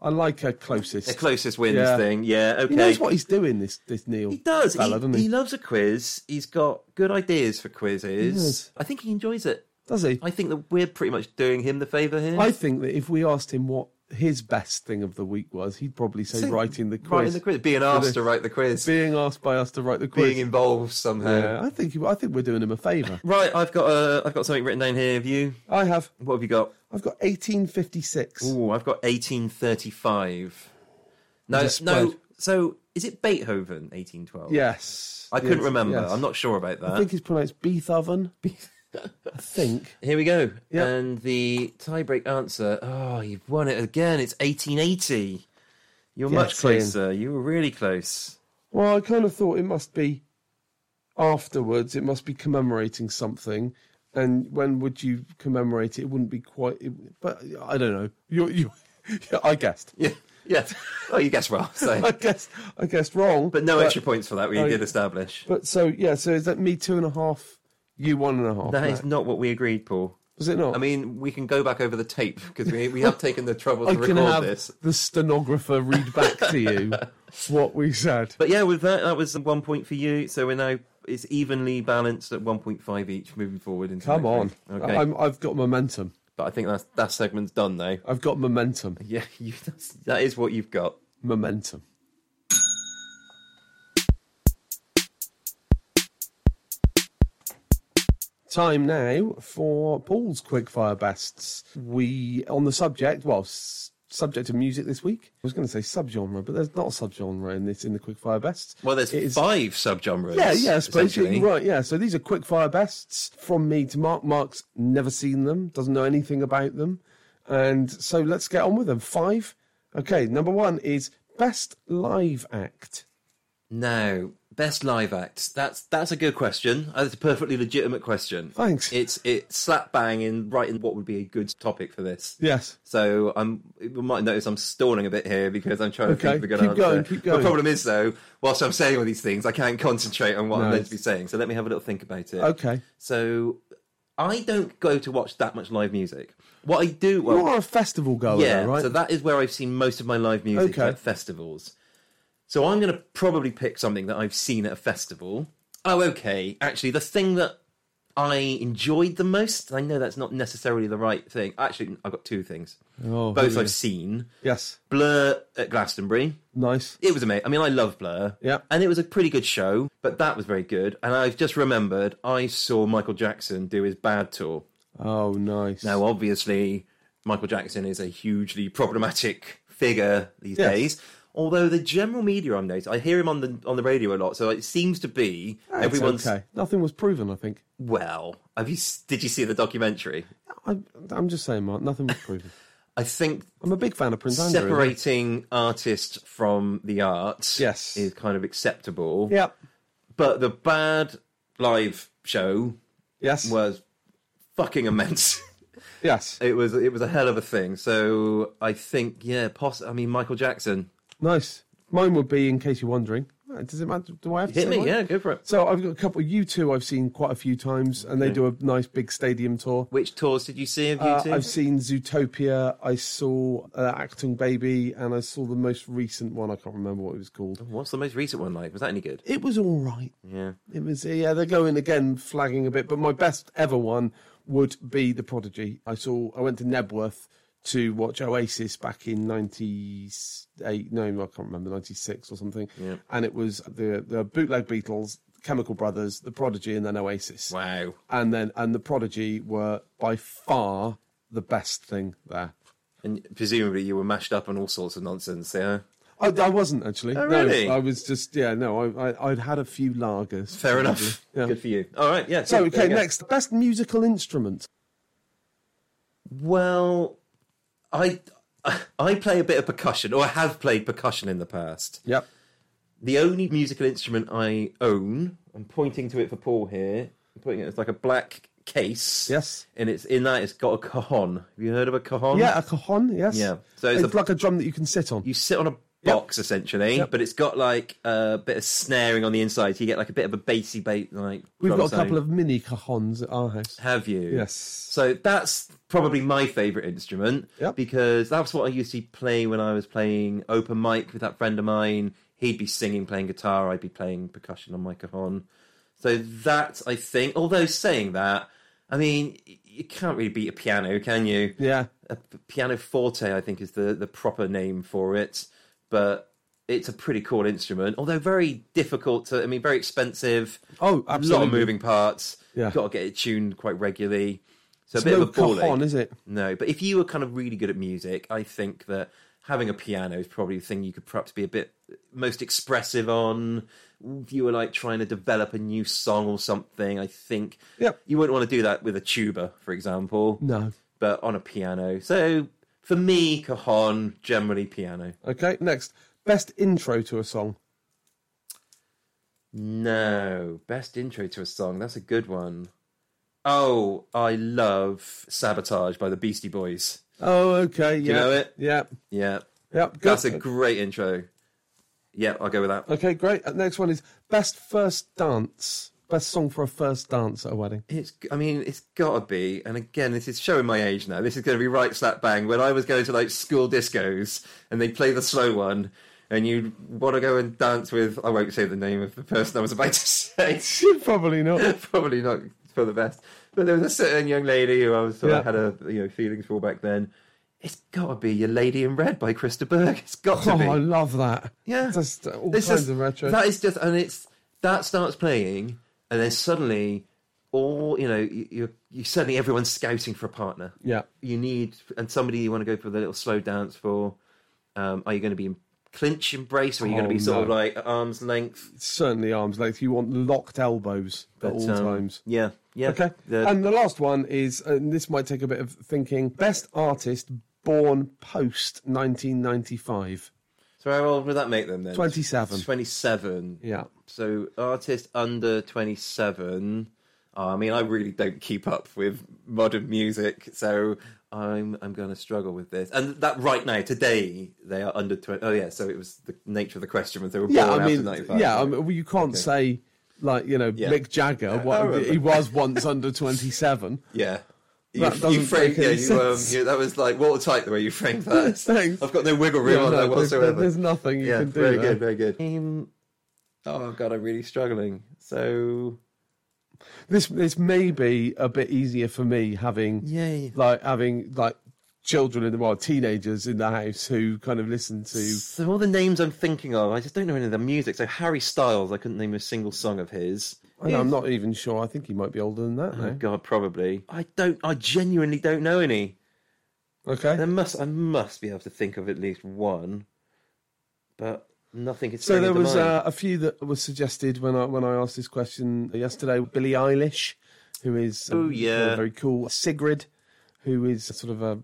I like her
the
closest.
closest wins
Yeah.
thing. Yeah, okay.
He knows what he's doing. This this Neil.
He does.
Fella,
he,
doesn't
he
he?
loves a quiz. He's got good ideas for quizzes.
Yes.
I think he enjoys it.
Does he?
I think that we're pretty much doing him the favour here.
I think that if we asked him what his best thing of the week was, he'd probably say writing the quiz.
Writing the quiz. Being asked
the-
to write the quiz.
Being asked by us to write the quiz.
Being involved somehow.
yeah, I think he- I think we're doing him a favour.
Right, I've got uh, I've got something written down here. Have you?
I have.
What have you got?
I've got 1856.
Ooh, I've got 1835. No,
Just
no.
spread.
So is it Beethoven 1812?
Yes.
I couldn't
Yes,
remember.
yes.
I'm not sure about that.
I think it's pronounced Beethoven. I think.
Here we go.
Yeah.
And the tiebreak answer. Oh, you've won it again. It's 1880. You're
Yeah,
much
same.
closer. You were really close.
Well, I kind of thought it must be afterwards. It must be commemorating something. And when would you commemorate it? It wouldn't be quite. It, but I don't know. You, you, <laughs> yeah, I guessed.
Yeah. Yeah. Oh, you guessed <laughs> well.
I
So.
guessed. I guessed wrong.
But no extra points for that. We
Oh,
did
yeah.
establish.
But so yeah. So is that me two and a half? You one and a half?
That
no.
is not what we agreed, Paul.
Was it not?
I mean, we can go back over the tape because we, we have taken the <laughs> trouble to
I can
record
have
this.
the stenographer read back
<laughs>
to you what we said.
But yeah, with that, that was one point for you. So we're now it's evenly balanced at 1.5 each moving forward. Into
Come on.
next week. Okay.
I'm, I've got momentum.
But I think that's that segment's done now.
I've got momentum.
Yeah, <laughs> you, that's, that is what you've got.
Momentum. Time now for Paul's quickfire bests. We on the subject, well, s- subject of music this week. I was going to say subgenre, but there's not a subgenre in this in the quickfire bests.
Well, there's
It is-
five subgenres.
Yeah, yeah, I suppose
essentially.
you're right. Yeah, so these are quick fire bests from me to Mark. Mark's never seen them, doesn't know anything about them, and so let's get on with them. Five. Okay, number one is best live act.
Now, best live act. That's that's a good question. That's a perfectly legitimate question.
Thanks.
It's it's slap bang in right in what would be a good topic for this.
Yes.
So I'm you might notice I'm stalling a bit here because I'm trying to
Okay,
think of a good
keep
answer.
going, keep going.
The problem is though, whilst I'm saying all these things, I can't concentrate on what
No,
I'm meant
it's-
to be saying. So let me have a little think about it.
Okay.
So I don't go to watch that much live music. What I do well
You are a festival goer,
yeah,
though, right?
so that is where I've seen most of my live music
Okay.
at festivals. So I'm going to probably pick something that I've seen at a festival. Oh, okay. Actually, the thing that I enjoyed the most, I know that's not necessarily the right thing. Actually, I've got two things.
Oh, here
Both
we go.
I've seen.
yes.
Blur at Glastonbury.
Nice.
It was amazing. I mean, I love Blur.
Yeah.
And it was a pretty good show, but that was very good. And I've just remembered I saw Michael Jackson do his Bad Tour.
Oh, nice.
Now, obviously, Michael Jackson is a hugely problematic figure these
Yes.
days. Although the general media, I'm noticing, I hear him on the on the radio a lot, so it seems to be
That's
everyone's
okay. Nothing was proven. I think.
well. Have you s- did you see the documentary?
I, I'm just saying, Mark. Nothing was proven.
I think
I'm a big fan of Prince Andrew.
separating artists from the art
Yes.
is kind of acceptable,
Yep.
but the bad live show
Yes.
was fucking immense. <laughs>
yes.
it was it was a hell of a thing. So I think yeah, poss- I mean Michael Jackson.
Nice. Mine would be, in case you're wondering. uh, Does it matter? Do I have to
Hit
say
me,
mine?
yeah, go for it.
So I've got a couple. You two, I've seen quite a few times, and they do a nice big stadium tour.
Which tours did you see of you
Uh,
two?
I've seen Zootopia. I saw uh, Acting Baby, and I saw the most recent one. I can't remember what it was called.
What's the most recent one like? Was that any good?
It was all right.
Yeah.
It was. Yeah, they're going again, flagging a bit. But my best ever one would be the Prodigy. I saw. I went to Nebworth to watch Oasis back in '98. No, I can't remember '96 or something.
Yeah.
And it was the the bootleg Beatles, Chemical Brothers, the Prodigy, and then Oasis.
Wow.
And then and the Prodigy were by far the best thing there.
And presumably you were mashed up on all sorts of nonsense, yeah.
I, I wasn't actually.
Oh,
No,
really?
I was just yeah. No, I, I I'd had a few lagers.
Fair enough.
Yeah.
Good for you. All right, yeah.
So
good. There
okay,
you go.
next best musical instrument.
Well, I I play a bit of percussion, or I have played percussion in the past.
Yep.
The only musical instrument I own, I'm pointing to it for Paul here. I'm pointing it. It's like a black case.
Yes.
And it's in that it's got a cajon. Have you heard of a cajon?
Yeah, a cajon, yes.
Yeah. So
So
it's
it's,
a-
like a drum that you can sit on.
you sit on a box essentially, but it's got like a bit of snaring on the inside. So you get like a bit of a bassy bait. Like
We've
drum
got a
sound.
couple of mini cajons at our house.
Have you?
Yes.
So that's probably my favourite instrument
Yep.
because that's what I used to play when I was playing open mic with that friend of mine. He'd be singing, playing guitar. I'd be playing percussion on my cajon. So that I think. Although saying that, I mean, y- you can't really beat a piano, can you?
Yeah.
A p- piano forte, I think, is the, the proper name for it. But it's a pretty cool instrument, although very difficult to, I mean, very expensive. A
Oh,
lot
absolutely.
of moving parts.
Yeah.
Got to get it tuned quite regularly. So a
It's
bit
no
of a ball
cajon,
ache.
is it?
No, but if you were kind of really good at music, I think that having a piano is probably the thing you could perhaps be a bit most expressive on. If you were like trying to develop a new song or something, I think
Yep.
you wouldn't want to do that with a tuba, for example.
No.
But on a piano. So for me, cajon, generally piano.
Okay, next. Best intro to a song.
No. Best intro to a song. That's a good one. Oh, I love Sabotage by the Beastie Boys.
Oh, okay. Yeah.
know it?
Yeah.
Yeah.
Yeah. Good.
That's a great intro. Yeah, I'll go with that.
Okay, great. Uh, Next one is best first dance. Best song for a first dance at
<laughs>
a wedding.
It's, I mean, it's gotta be. And again, this is showing my age now. This is gonna be right slap bang. When I was going to like school discos and they play the slow one, and you want to go and dance with, I won't say the name of the person I was about to <laughs> say.
Probably <laughs>
<laughs>
not.
Probably not for the best. But there was a certain young lady who I was sort
Yeah.
of had a you know feelings for back then. It's gotta be Your Lady in Red by Krista Berg. It's got to
Oh,
be.
I love that.
Yeah.
Just uh, all
It's
kinds
just-
of retro.
That is just, and it's that starts playing, and then suddenly, all you know, you you, you suddenly everyone's scouting for a partner.
Yeah.
You need and somebody you want to go for the little slow dance for. Um, are you going to be in clinch embrace, or are you going
Oh,
to be sort of
no.
like at arm's length
Certainly arms length. You want locked elbows at all
um,
times.
Yeah, yeah.
Okay.
The-
and the last one is, uh, and this might take a bit of thinking, best artist born post 1995.
so how old would that make them then?
27.
Twenty-seven.
Yeah.
So artist under 27. Uh, I mean, I really don't keep up with modern music, so I'm I'm going to struggle with this. And that right now, today, they are under 20. Oh yeah, so it was the nature of the question was they were
Yeah,
born
I
after
mean,
95.
yeah, I mean, well, you can't say, like, you know,
Yeah. Oh,
Mick Jagger,
<laughs>
what,
I remember.
he was once under 27.
yeah. You,
That
you
doesn't
framed,
make
yeah,
any
you, um,
sense.
you, that was like watertight the way you
<laughs>
framed that.
Thanks.
I've got no wiggle room
Yeah,
on
no,
that
there's-
whatsoever.
There's nothing you
yeah,
can do.
very
there.
good, very good. Um, oh god, I'm really struggling. So
This this may be a bit easier for me having
Yay.
like having like children in the world, teenagers in the house who kind of listen to
So all the names I'm thinking of, I just don't know any of the music. So Harry Styles, I couldn't name a single song of his.
I know, I'm not even sure. I think he might be older than that
Oh
now.
God, probably. I don't. I genuinely don't know any. There
Okay.
must. I must be able to think of at least one, but nothing is.
So
springing
there
to
was
mind.
uh, a few that was suggested when I when I asked this question yesterday. Billie Eilish, who is um,
Oh, yeah.
very cool. Sigrid, who is sort of a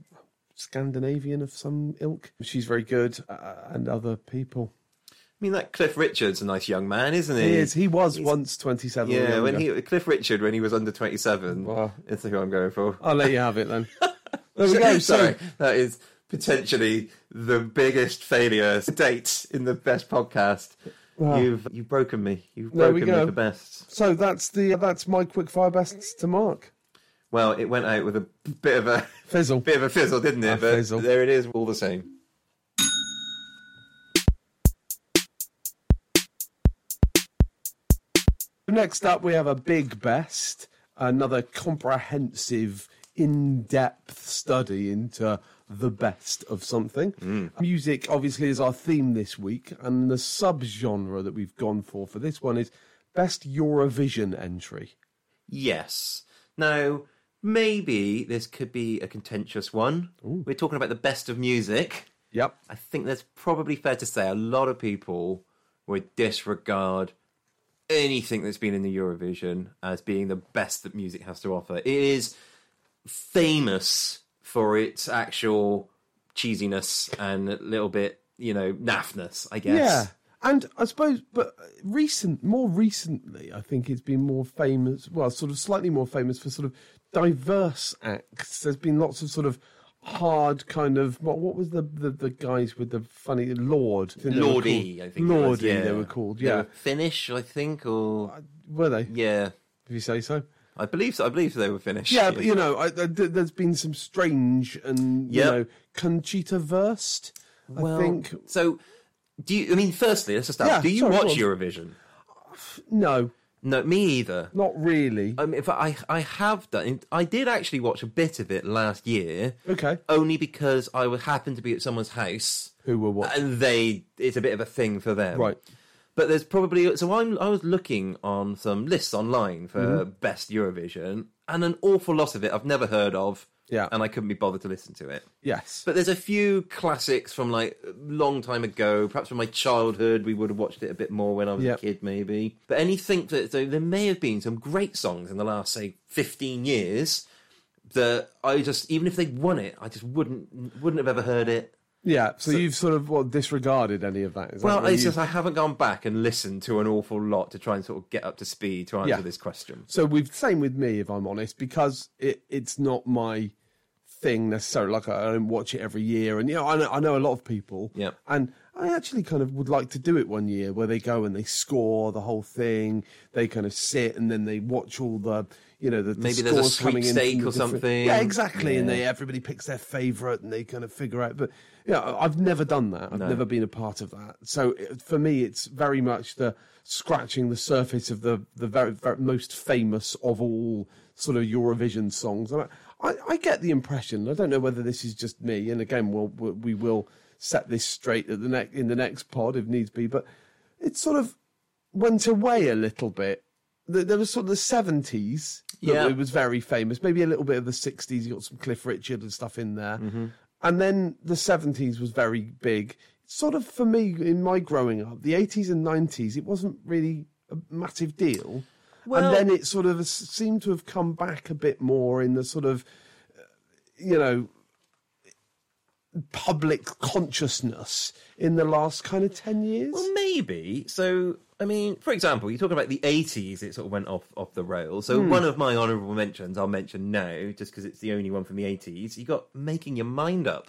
Scandinavian of some ilk. She's very good, uh, and other people.
I mean, that Cliff Richard's a nice young man, isn't he?
He is. He was once twenty seven.
Yeah, when he Cliff Richard when he was under twenty seven.
Wow.
That's who I'm going for.
I'll let you have it
<laughs>
then. There we go. So
Sorry, that is potentially the biggest failure to date in the best podcast.
Wow.
You've you've broken me. You've
There we
broken me
go.
for best.
so that's the that's my quick fire bests to mark.
Well, it went out with a bit of a <laughs>
Fizzle.
bit of a fizzle, didn't it?
A
but
fizzle.
there it is, all the same.
Next up, we have a big best, another comprehensive, in depth study into the best of something.
Mm.
Music, obviously, is our theme this week, and the subgenre that we've gone for for this one is best Eurovision entry.
Yes. Now, maybe this could be a contentious one. We're talking about the best of music.
Yep.
I think that's probably fair to say a lot of people would disregard anything that's been in the Eurovision as being the best that music has to offer. It is famous for its actual cheesiness and a little bit, you know, naffness, I
Yeah.
guess.
And I suppose, but recent, more recently, I think it's been more famous, well, sort of slightly more famous for sort of diverse acts. There's been lots of sort of hard kind of what, what was the, the the guys with the funny Lord I think they were
Lordy,
called.
I think. it was,
Lordy
yeah.
they were called
They
yeah
were Finnish, I think, or
were they
yeah.
if you say so
I believe so. I believe they were Finnish.
yeah but you know I, I- th- there's been some strange and you
Yep.
know Conchita Verst I think
so. Do you? I mean, firstly, let's just ask.
Yeah,
do you
sorry, go
watch
on.
Eurovision?
no
No, me either.
Not really.
I mean, if I I have done, I did actually watch a bit of it last year.
Okay.
Only because I was happened to be at someone's house,
Who were what?
and they it's a bit of a thing for them,
Right.
But there's probably so I'm I was looking on some lists online for
Mm-hmm.
best Eurovision, and an awful lot of it I've never heard of.
Yeah.
and I couldn't be bothered to listen to it.
Yes.
But there's a few classics from like a long time ago, perhaps from my childhood. We would have watched it a bit more when I was
Yep.
a kid, maybe. But anything that so there may have been some great songs in the last say 15 years that I just even if they won it, I just wouldn't wouldn't have ever heard it.
yeah. So, you've sort of what disregarded any of that? Is that
Well,
what
it's
you-
just I haven't gone back and listened to an awful lot to try and sort of get up to speed to answer
Yeah.
this question.
so we've same with me if I'm honest because it it's not my thing necessarily. Like I don't watch it every year, and you know I know, I know a lot of people.
Yeah.
and I actually kind of would like to do it one year where they go and they score the whole thing. They kind of sit and then they watch all the you know the, the
Maybe there's a
scores coming in from
sweepstake
the
or
different-
something.
Yeah, exactly. And
Yeah.
they everybody picks their favorite and they kind of figure out. But yeah, you know, I've never done that. I've never been a part of that. So it, for me, it's very much the scratching the surface of the the very, very most famous of all sort of Eurovision songs. And I, I, I get the impression. I don't know whether this is just me. And again, we'll, we we will set this straight at the next in the next pod if needs be. But it's sort of went away a little bit. There there was sort of the seventies.
Yeah.
it was very famous. Maybe a little bit of the sixties. You got some Cliff Richard and stuff in there,
Mm-hmm.
and then the seventies was very big. Sort of for me in my growing up, the eighties and nineties, it wasn't really a massive deal.
Well-
and then it sort of s- seemed to have come back a bit more in the sort of, uh, you know, public consciousness in the last kind of ten years.
Well, maybe. So, I mean, for example, you talk about the 80s, it sort of went off, off the rails.
Hmm.
So, one of my honourable mentions I'll mention now, just because it's the only one from the 80s, you got Making Your Mind
<gasps>
Up.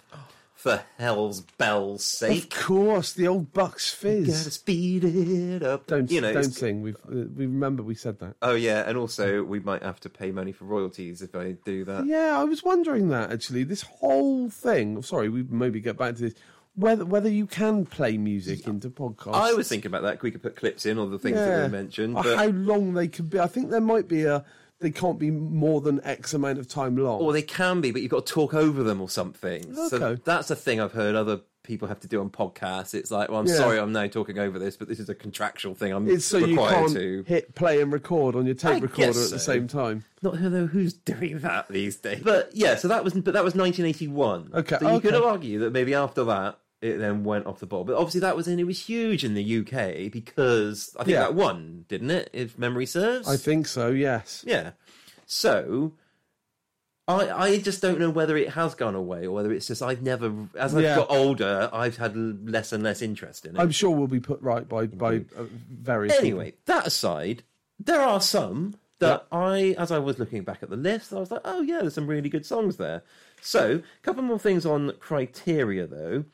For hell's bell's
Of
sake.
course, the old Bucks Fizz.
Gotta speed it up.
Don't
you know?
don't
it's-
sing. We've uh, we remember we said that.
Oh yeah, and also we might have to pay money for royalties if I do that.
Yeah, I was wondering that actually. This whole thing. oh, Sorry, we maybe get back to this. Whether whether you can play music into podcasts.
I was thinking about that. We could put clips in or the things that
Yeah.
we mentioned.
Or
But...
How long they could be? I think there might be a. They can't be more than X amount of time long.
Or they can be, but you've got to talk over them or something. So
Okay.
that's a thing I've heard other people have to do on podcasts. It's like, well, I'm
Yeah.
sorry I'm now talking over this, but this is a contractual thing I'm
it's so you
required
can't
to.
hit play and record on your tape
I
recorder at
guess
the
so.
same time.
Not who though who's doing that these days. But yeah, so that was but that was 1981.
Okay,
So you could
okay.
argue that maybe after that it then went off the ball. But obviously that was in it was huge in the UK because I think
Yeah.
that won, didn't it? If memory serves.
I think so. Yes.
Yeah. So I I just don't know whether it has gone away or whether it's just I've never as I've
Yeah.
got older I've had l- less and less interest in it.
I'm sure we'll be put right by by uh, various. people.
anyway, that aside, there are some that I as I was looking back at the list, I was like, oh yeah, there's some really good songs there. So, a couple more things on criteria though.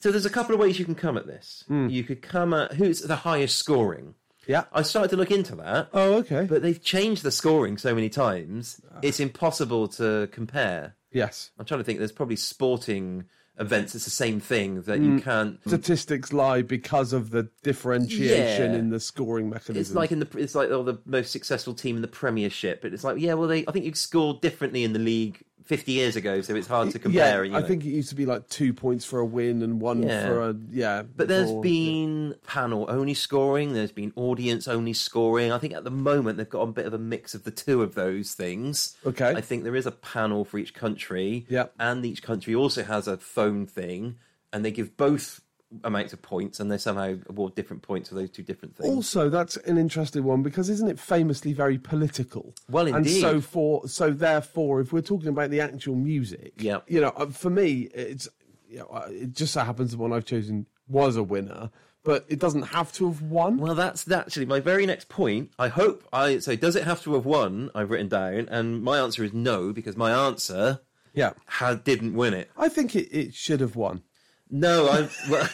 So there's a couple of ways you can come at this.
Hmm.
You could come at who's the highest scoring.
Yeah.
I started to look into that.
Oh, okay.
But they've changed the scoring so many times,
Ah.
it's impossible to compare.
yes.
I'm trying to think. There's probably sporting events. It's the same thing that
Mm.
you can't.
statistics lie because of the differentiation
Yeah.
in the scoring mechanism.
It's like in the. It's like oh, the most successful team in the Premiership, but it's like yeah, well, they. I think you scored differently in the league 50 years ago, so it's hard to
yeah,
compare. you
I
know.
think it used to be like two points for a win and one
Yeah.
for a yeah.
But there's
for-
been panel only scoring, there's been audience only scoring. I think at the moment they've got a bit of a mix of the two of those things.
Okay.
I think there is a panel for each country.
Yep.
And each country also has a phone thing, and they give both amounts of points, and they somehow award different points for those two different things.
Also, that's an interesting one because isn't it famously very political?
Well, indeed.
And so for so therefore, if we're talking about the actual music,
Yeah.
you know, uh, for me, it's you know, uh, it just so happens the one I've chosen was a winner, but it doesn't have to have won.
Well, that's actually my very next point. I hope I so does it have to have won? I've written down, and my answer is no because my answer
yeah,
had didn't win it.
I think it,
<laughs>
it <laughs> should have won.
No, I. well,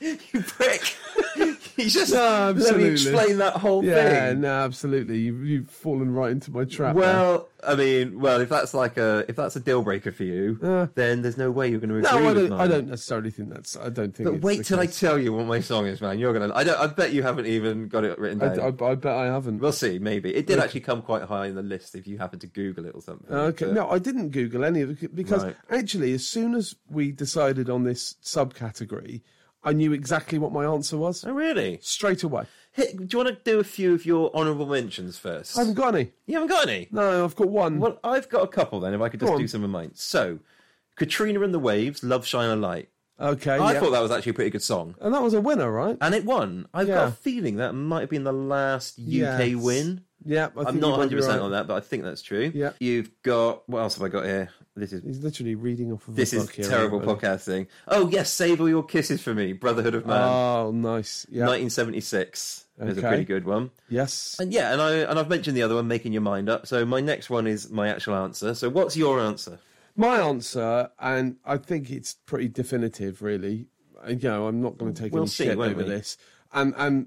you prick. you just
No,
let me
absolutely.
explain that whole
Yeah,
thing.
no, absolutely. You've, you've fallen right into my trap. there.
Well, I mean, well, if that's like a if that's a deal breaker for you,
Uh.
then there's no way you're going to agree
no, I
with
don't,
mine.
I don't necessarily think that's. I don't think.
But
it's the
wait till I
case.
tell you what my song is, man. You're gonna. I don't. I bet you haven't even got it written
I,
down.
I- I bet I haven't.
we'll see. Maybe it did actually come quite high in the list if you happen to Google it or something.
Okay.
But-
No, I didn't Google any of it because
Right.
actually, as soon as we decided on this subcategory, I knew exactly what my answer was
Oh, really?
straight away.
Hey, do you want to do a few of your honourable mentions first?
I haven't got any.
You haven't got any.
No, I've got one.
Well, I've got a couple then. If I could just
Go
do
on.
some of mine. So, Katrina and the Waves, "Love Shine a Light."
Okay.
I
yeah.
thought Uh, that was actually a pretty good song.
and that was a winner, right?
and it won. I've got
Yeah.
a feeling that might have been the last UK
Yes.
win.
Yeah. I
I'm
think
not
you might
100
be
percent
right.
on that, but I think that's true.
Yeah.
You've got what else have I got here? This is
He's literally reading off of
this
a
is
book here,
terrible
everybody.
podcasting. Oh yes, save all your kisses for me, Brotherhood of Man,
Oh, nice. Yeah.
1976 is a
Okay.
pretty good one.
Yes.
And yeah, and I and I've mentioned the other one, making your mind up. So my next one is my actual answer. So what's your answer?
My answer, and I think it's pretty definitive, really. Uh, You know, I'm not going to take
We'll
any
see,
shit
won't
over
we?
this. And and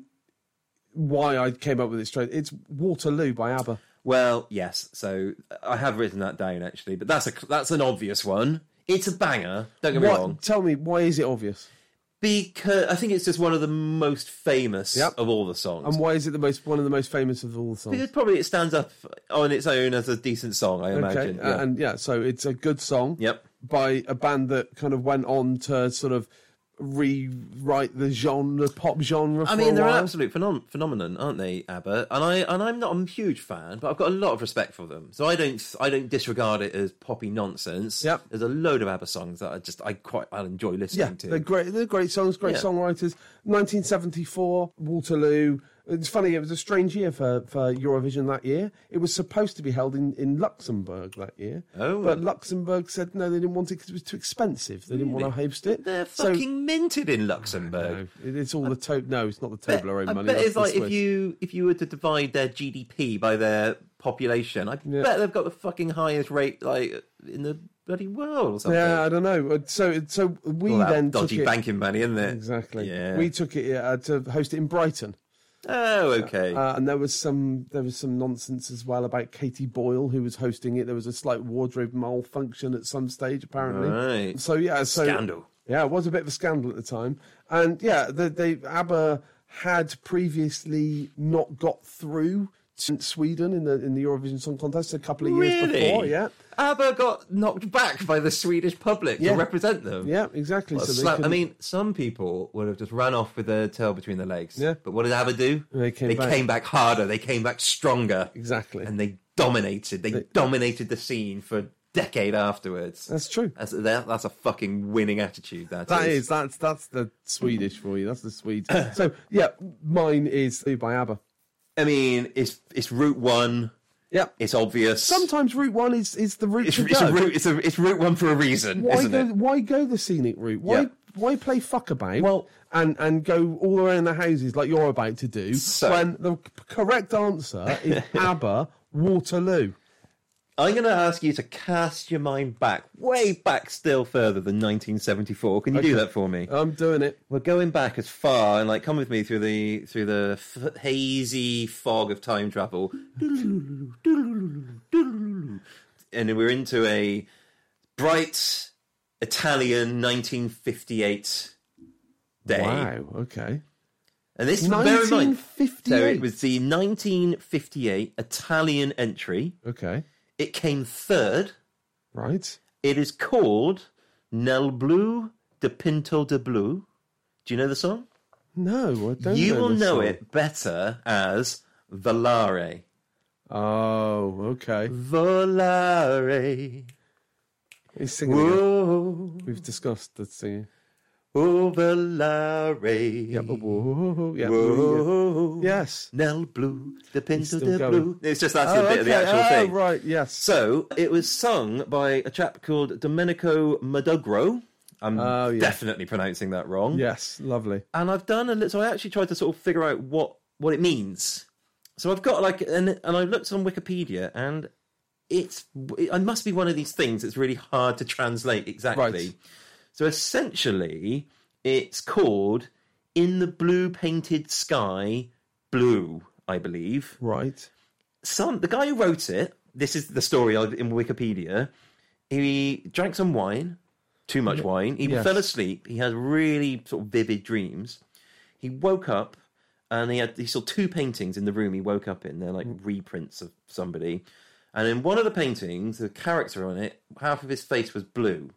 why I came up with it straight, it's Waterloo by ABBA.
Well, yes. So uh, I have written that down actually, but that's a that's an obvious one. It's a banger. Don't get me wrong.
What, tell me, why is it obvious?
Because I think it's just one of the most famous
Yep.
of all the songs.
And why is it the most one of the most famous of all the songs?
Because probably it stands up on its own as a decent song, I imagine.
uh,
yeah.
and yeah, so it's a good song.
Yep.
By a band that kind of went on to sort of rewrite the genre, pop genre. For
I mean,
a
they're an
while.
absolute phenom- phenomenon, aren't they, ABBA? And I and I'm not a huge fan, but I've got a lot of respect for them. So I don't I don't disregard it as poppy nonsense.
Yep.
There's a load of ABBA songs that I just I quite I enjoy listening
Yeah,
to.
they're great. They're great songs, great
Yeah.
songwriters. 1974, Waterloo. It's funny. It was a strange year for, for Eurovision that year. It was supposed to be held in, in Luxembourg that year,
Oh.
but Luxembourg said no, they didn't want it because it was too expensive. They didn't want to host it.
They're
So-
fucking minted in Luxembourg.
No, it- it's all the to- no, it's not the
bet-
Toblerone
I
money.
bet
that's
it's
the
like if
Swiss.
you if you were to divide their GDP by their population, I
Yeah.
bet they've got the fucking highest rate like in the bloody world or something.
Yeah, I don't know. Uh, So it- so we
All that
then took
dodgy
it
banking money, isn't it?
exactly.
Yeah.
We took it uh, to host it in Brighton.
oh, okay.
Uh, and there was some there was some nonsense as well about Katie Boyle who was hosting it. There was a slight wardrobe malfunction at some stage apparently.
Right.
So yeah, so
Scandal.
Yeah, it was a bit of a scandal at the time. And yeah, the, they ABBA had previously not got through to Sweden in the in the Eurovision Song Contest a couple of years
really?
before. Yeah,
ABBA got knocked back by the Swedish public
Yeah.
to represent them.
yeah, exactly.
What a
so they
slap. I
couldn't-
mean, some people would have just ran off with their tail between their legs.
Yeah.
But what did ABBA do?
They came
they
back.
came back harder. They came back stronger.
exactly.
and they dominated. They, dominated the scene for a decade afterwards.
That's true.
That's that, that's a fucking winning attitude.
That is that's that's the Swedish for you. That's the Swedes.
<laughs>
so yeah, mine is by ABBA.
I mean, it's it's route one.
Yeah.
It's obvious.
Sometimes Route One is, is the route
it's,
to
it's
go.
a route. It's a it's route one for a reason,
why
isn't
go?
it?
Why go the scenic route? Why
Yeah.
why play fuck about?
Well-
and and go all around the houses like you're about to do.
So-
when the c- correct answer
<laughs>
is ABBA Waterloo.
I'm going to ask you to cast your mind back, way back, still further than 1974. Can you do that for me?
I'm doing it.
We're going back as far and like come with me through the through the f- hazy fog of time travel. And we're into a bright Italian 1958 day.
Wow. Okay.
And this bear in mind. So
1958.
it was the 1958 Italian entry.
Okay.
It came third.
Right.
It is called Nel Blu de Pinto de Blu. Do you know the song?
No, I don't.
you
know
will
this
know
song.
it better as Volare.
Oh, okay.
Volare.
He's singing. again.
Whoa.
We've discussed the singing.
Oh, Volare.
Yep. Whoa. Yeah.
Whoa.
Yes.
Nel Blue, the Pinto
uh, still
de
going.
Blue. It's just that's the bit of the
okay.
actual
Oh,
thing.
Right. Yes.
So it was sung by a chap called Domenico Madugro. I'm
Oh, yeah.
definitely pronouncing that wrong.
Yes, lovely.
and I've done a little. So I actually tried to sort of figure out what what it means. So I've got like, and and I looked on Wikipedia, and it's it, it must be one of these things that's really hard to translate exactly.
Right.
So essentially, it's called in the blue painted sky, blue, I believe.
Right.
Some the guy who wrote it. This is the story of- in Wikipedia. He drank some wine, too much wine. He
yes.
fell asleep. He had really sort of vivid dreams. He woke up and he had he saw two paintings in the room he woke up in. They're like reprints of somebody. And in one of the paintings, the character on it, half of his face was blue.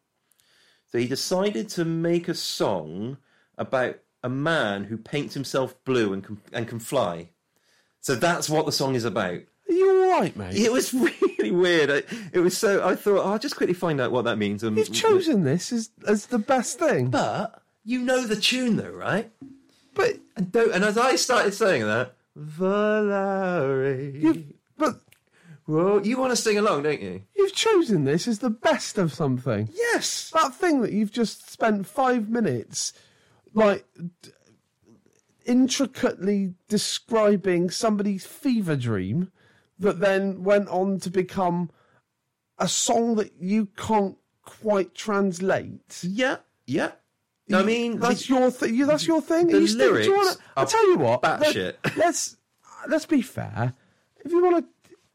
So he decided to make a song about a man who paints himself blue and can, and can fly. So that's what the song is about.
Are you all right, mate?
It was <laughs> really weird. I, it was so. I thought "Oh, I'll just quickly find out what that means. And
You've chosen this as, as the best thing. But,
but you know the tune though, right? And, don't, and as I started saying that, Valerie,
you've, but
well, you want to sing along, don't you?
you've chosen this as the best of something.
Yes.
That thing that you've just spent five minutes, like, d- intricately describing somebody's fever dream that then went on to become a song that you can't quite translate.
Yeah. Yeah. I mean,
that's your thing. You, that's your thing. you still- do you
lyrics
wanna, I
are
tell you what.
batshit.
us let's be fair. If you want to,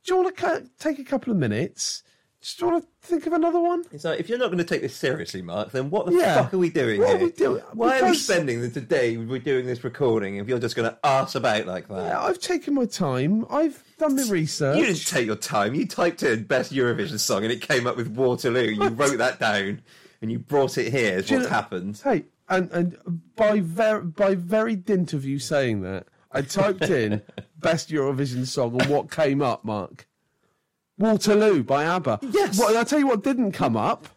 do you want to take a couple of minutes? Just want to think of another one.
It's like, if you're not going to take this seriously, Mark, then what the
Yeah.
fuck are we doing
What are
here?
we doing?
Why are we
Because-
spending the today we're doing this recording if you're just going to arse about like that?
Yeah, Uh, I've taken my time. I've done my research.
You didn't take your time. You typed in best Eurovision song and it came up with Waterloo. You wrote that down and you brought it here. Is
you
what's
know-
happened.
Hey, and and by ver- by very dint of you saying that, I
<laughs>
typed in best Eurovision song and what came up, Mark. Waterloo by ABBA.
Yes.
What, I tell you what didn't come up.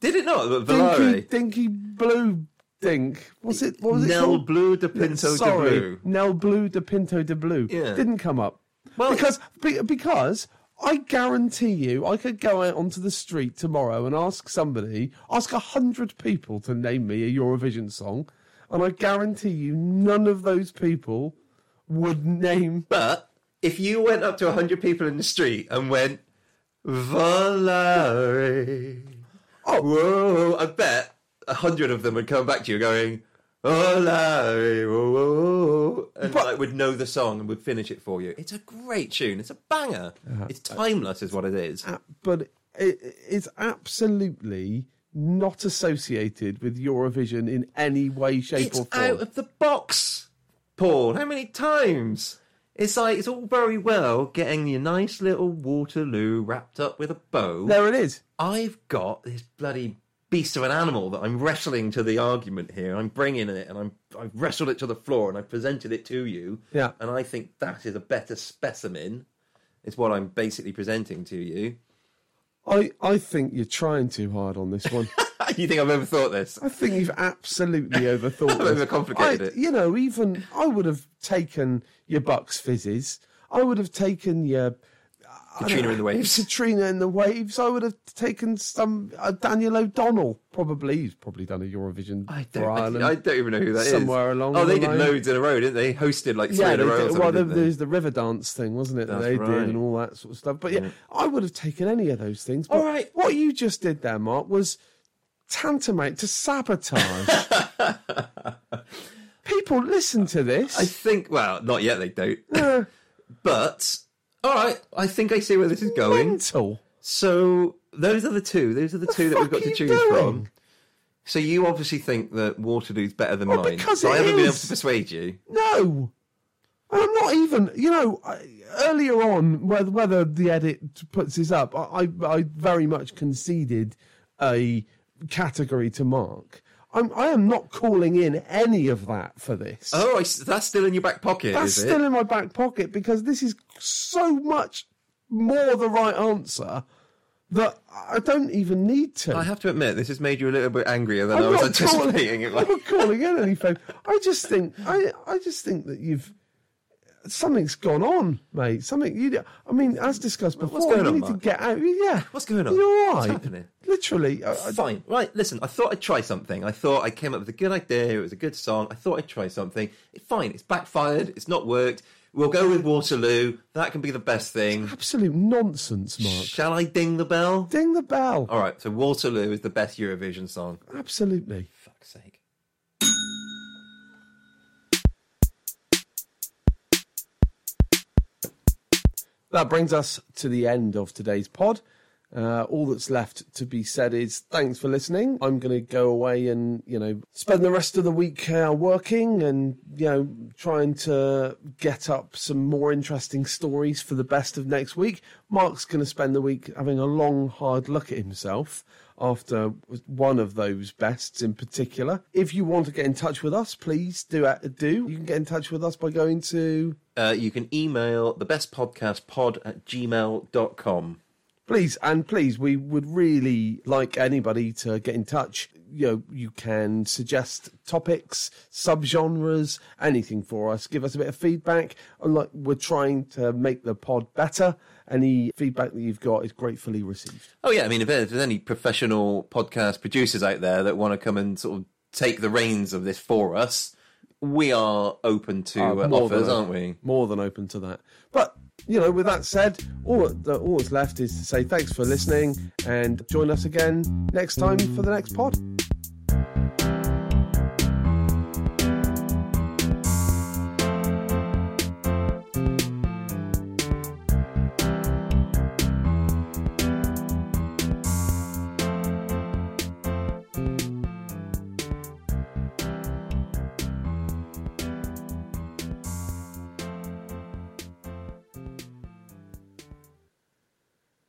Did it not?
Dinky,
Valari.
dinky blue dink. What's it? What was it?
Nel
called?
Blue de Pinto de
Sorry,
Blue.
Nel Blue de Pinto de Blue.
Yeah.
Didn't come up.
Well-
because be, because I guarantee you, I could go out onto the street tomorrow and ask somebody, ask a hundred people to name me a Eurovision song, and I guarantee you, none of those people would name.
But if you went up to 100 people in the street and went, Valari.
Oh.
Whoa, I bet 100 of them would come back to you going, Valari. Whoa, whoa, whoa," and
But-
like, would know the song and would finish it for you. It's a great tune. It's a banger. it's timeless, is what it is.
But it, it's absolutely not associated with Eurovision in any way, shape,
it's
or form.
out of the box, Paul. How many times? It's like it's all very well getting your nice little Waterloo wrapped up with a bow.
There it is.
I've got this bloody beast of an animal that I'm wrestling to the argument here. I'm bringing it, and I'm I've wrestled it to the floor, and I've presented it to you.
Yeah.
and I think that is a better specimen. Is what I'm basically presenting to you. <laughs>
I, I think you're trying too hard on this one.
you think I've overthought this?
I think you've
<laughs>
absolutely overthought
I've
this.
overcomplicated
I-
it.
You know, even I would have taken your Bucks fizzes. I would have taken your
Katrina in the waves.
<laughs> Katrina and the Waves. I would have taken some uh, Daniel O'Donnell. Probably he's probably done a Eurovision
I
for
don't,
Ireland.
I, I don't even know who that is.
Somewhere along
Oh, they
the
did
line.
loads in a row, didn't they? Hosted like three
yeah,
in a
they
row.
did-
or
well,
something, didn't
there-
they?
there's the river dance thing, wasn't it? That
That's
they
right. Mm.
did and all that sort of stuff. But yeah, I would have taken any of those things. But
All right.
what you just did there, Mark, was tantamount
<laughs>
to sabotage. People listen to
I
this.
think. Well, not yet. They don't. but all right, I think I see where this is going.
Mental.
So those are the two. Those are the, two that we've
fuck
got
are
to
you
choose
doing?
from. So you obviously think that Waterloo's better than mine.
because
so
it
I haven't been able
is.
to persuade you.
No. I'm not even, you know, I, earlier on, whether, whether the edit puts this up, I, I, I very much conceded a category to Mark. I'm, I am not calling in any of that for this.
Oh, I s that's still in your back pocket,
That's
is it?
still in my back pocket because this is so much more the right answer that I don't even need to.
I have to admit, this has made you a little bit angrier than i
I'm
was
not calling-
anticipating. It was.
I'm not
<laughs>
calling it anything. I just think I I just think that you've something's gone on, mate. Something you. I mean, as discussed before,
going
you
on,
need to
Mark?
get out. Yeah,
What's going on?
You're all
What's
right.
happening?
Literally, uh, I, I-
Fine. Right, listen, I thought I'd try something. I thought I came up with a good idea. It was a good song. I thought I'd try something. Fine, it's backfired. It's not worked. We'll go with Waterloo. That can be the best thing.
absolute nonsense, Mark.
Shall I ding the bell?
Ding the bell.
All right, so Waterloo is the best Eurovision song.
Absolutely.
Fuck's sake.
That brings us to the end of today's pod. Uh, all that's left to be said is thanks for listening. I'm going to go away and, you know, spend the rest of the week uh, working and, you know, trying to get up some more interesting stories for the best of next week. Mark's going to spend the week having a long, hard look at himself after one of those bests in particular. If you want to get in touch with us, please do. uh, Do you can get in touch with us by going to
Uh, you can email the best podcast pod at gmail.com.
Please, and please, we would really like anybody to get in touch. You know, you can suggest topics, subgenres, anything for us. Give us a bit of feedback. And like we're trying to make the pod better. Any feedback that you've got is gratefully received.
Oh yeah, I mean, if there's any professional podcast producers out there that want to come and sort of take the reins of this for us, we are open to
Uh,
uh,
more
offers,
than-
aren't we?
More than open to that. But you know, with that said, all that- all that's left is to say thanks for listening and join us again next time for the next pod.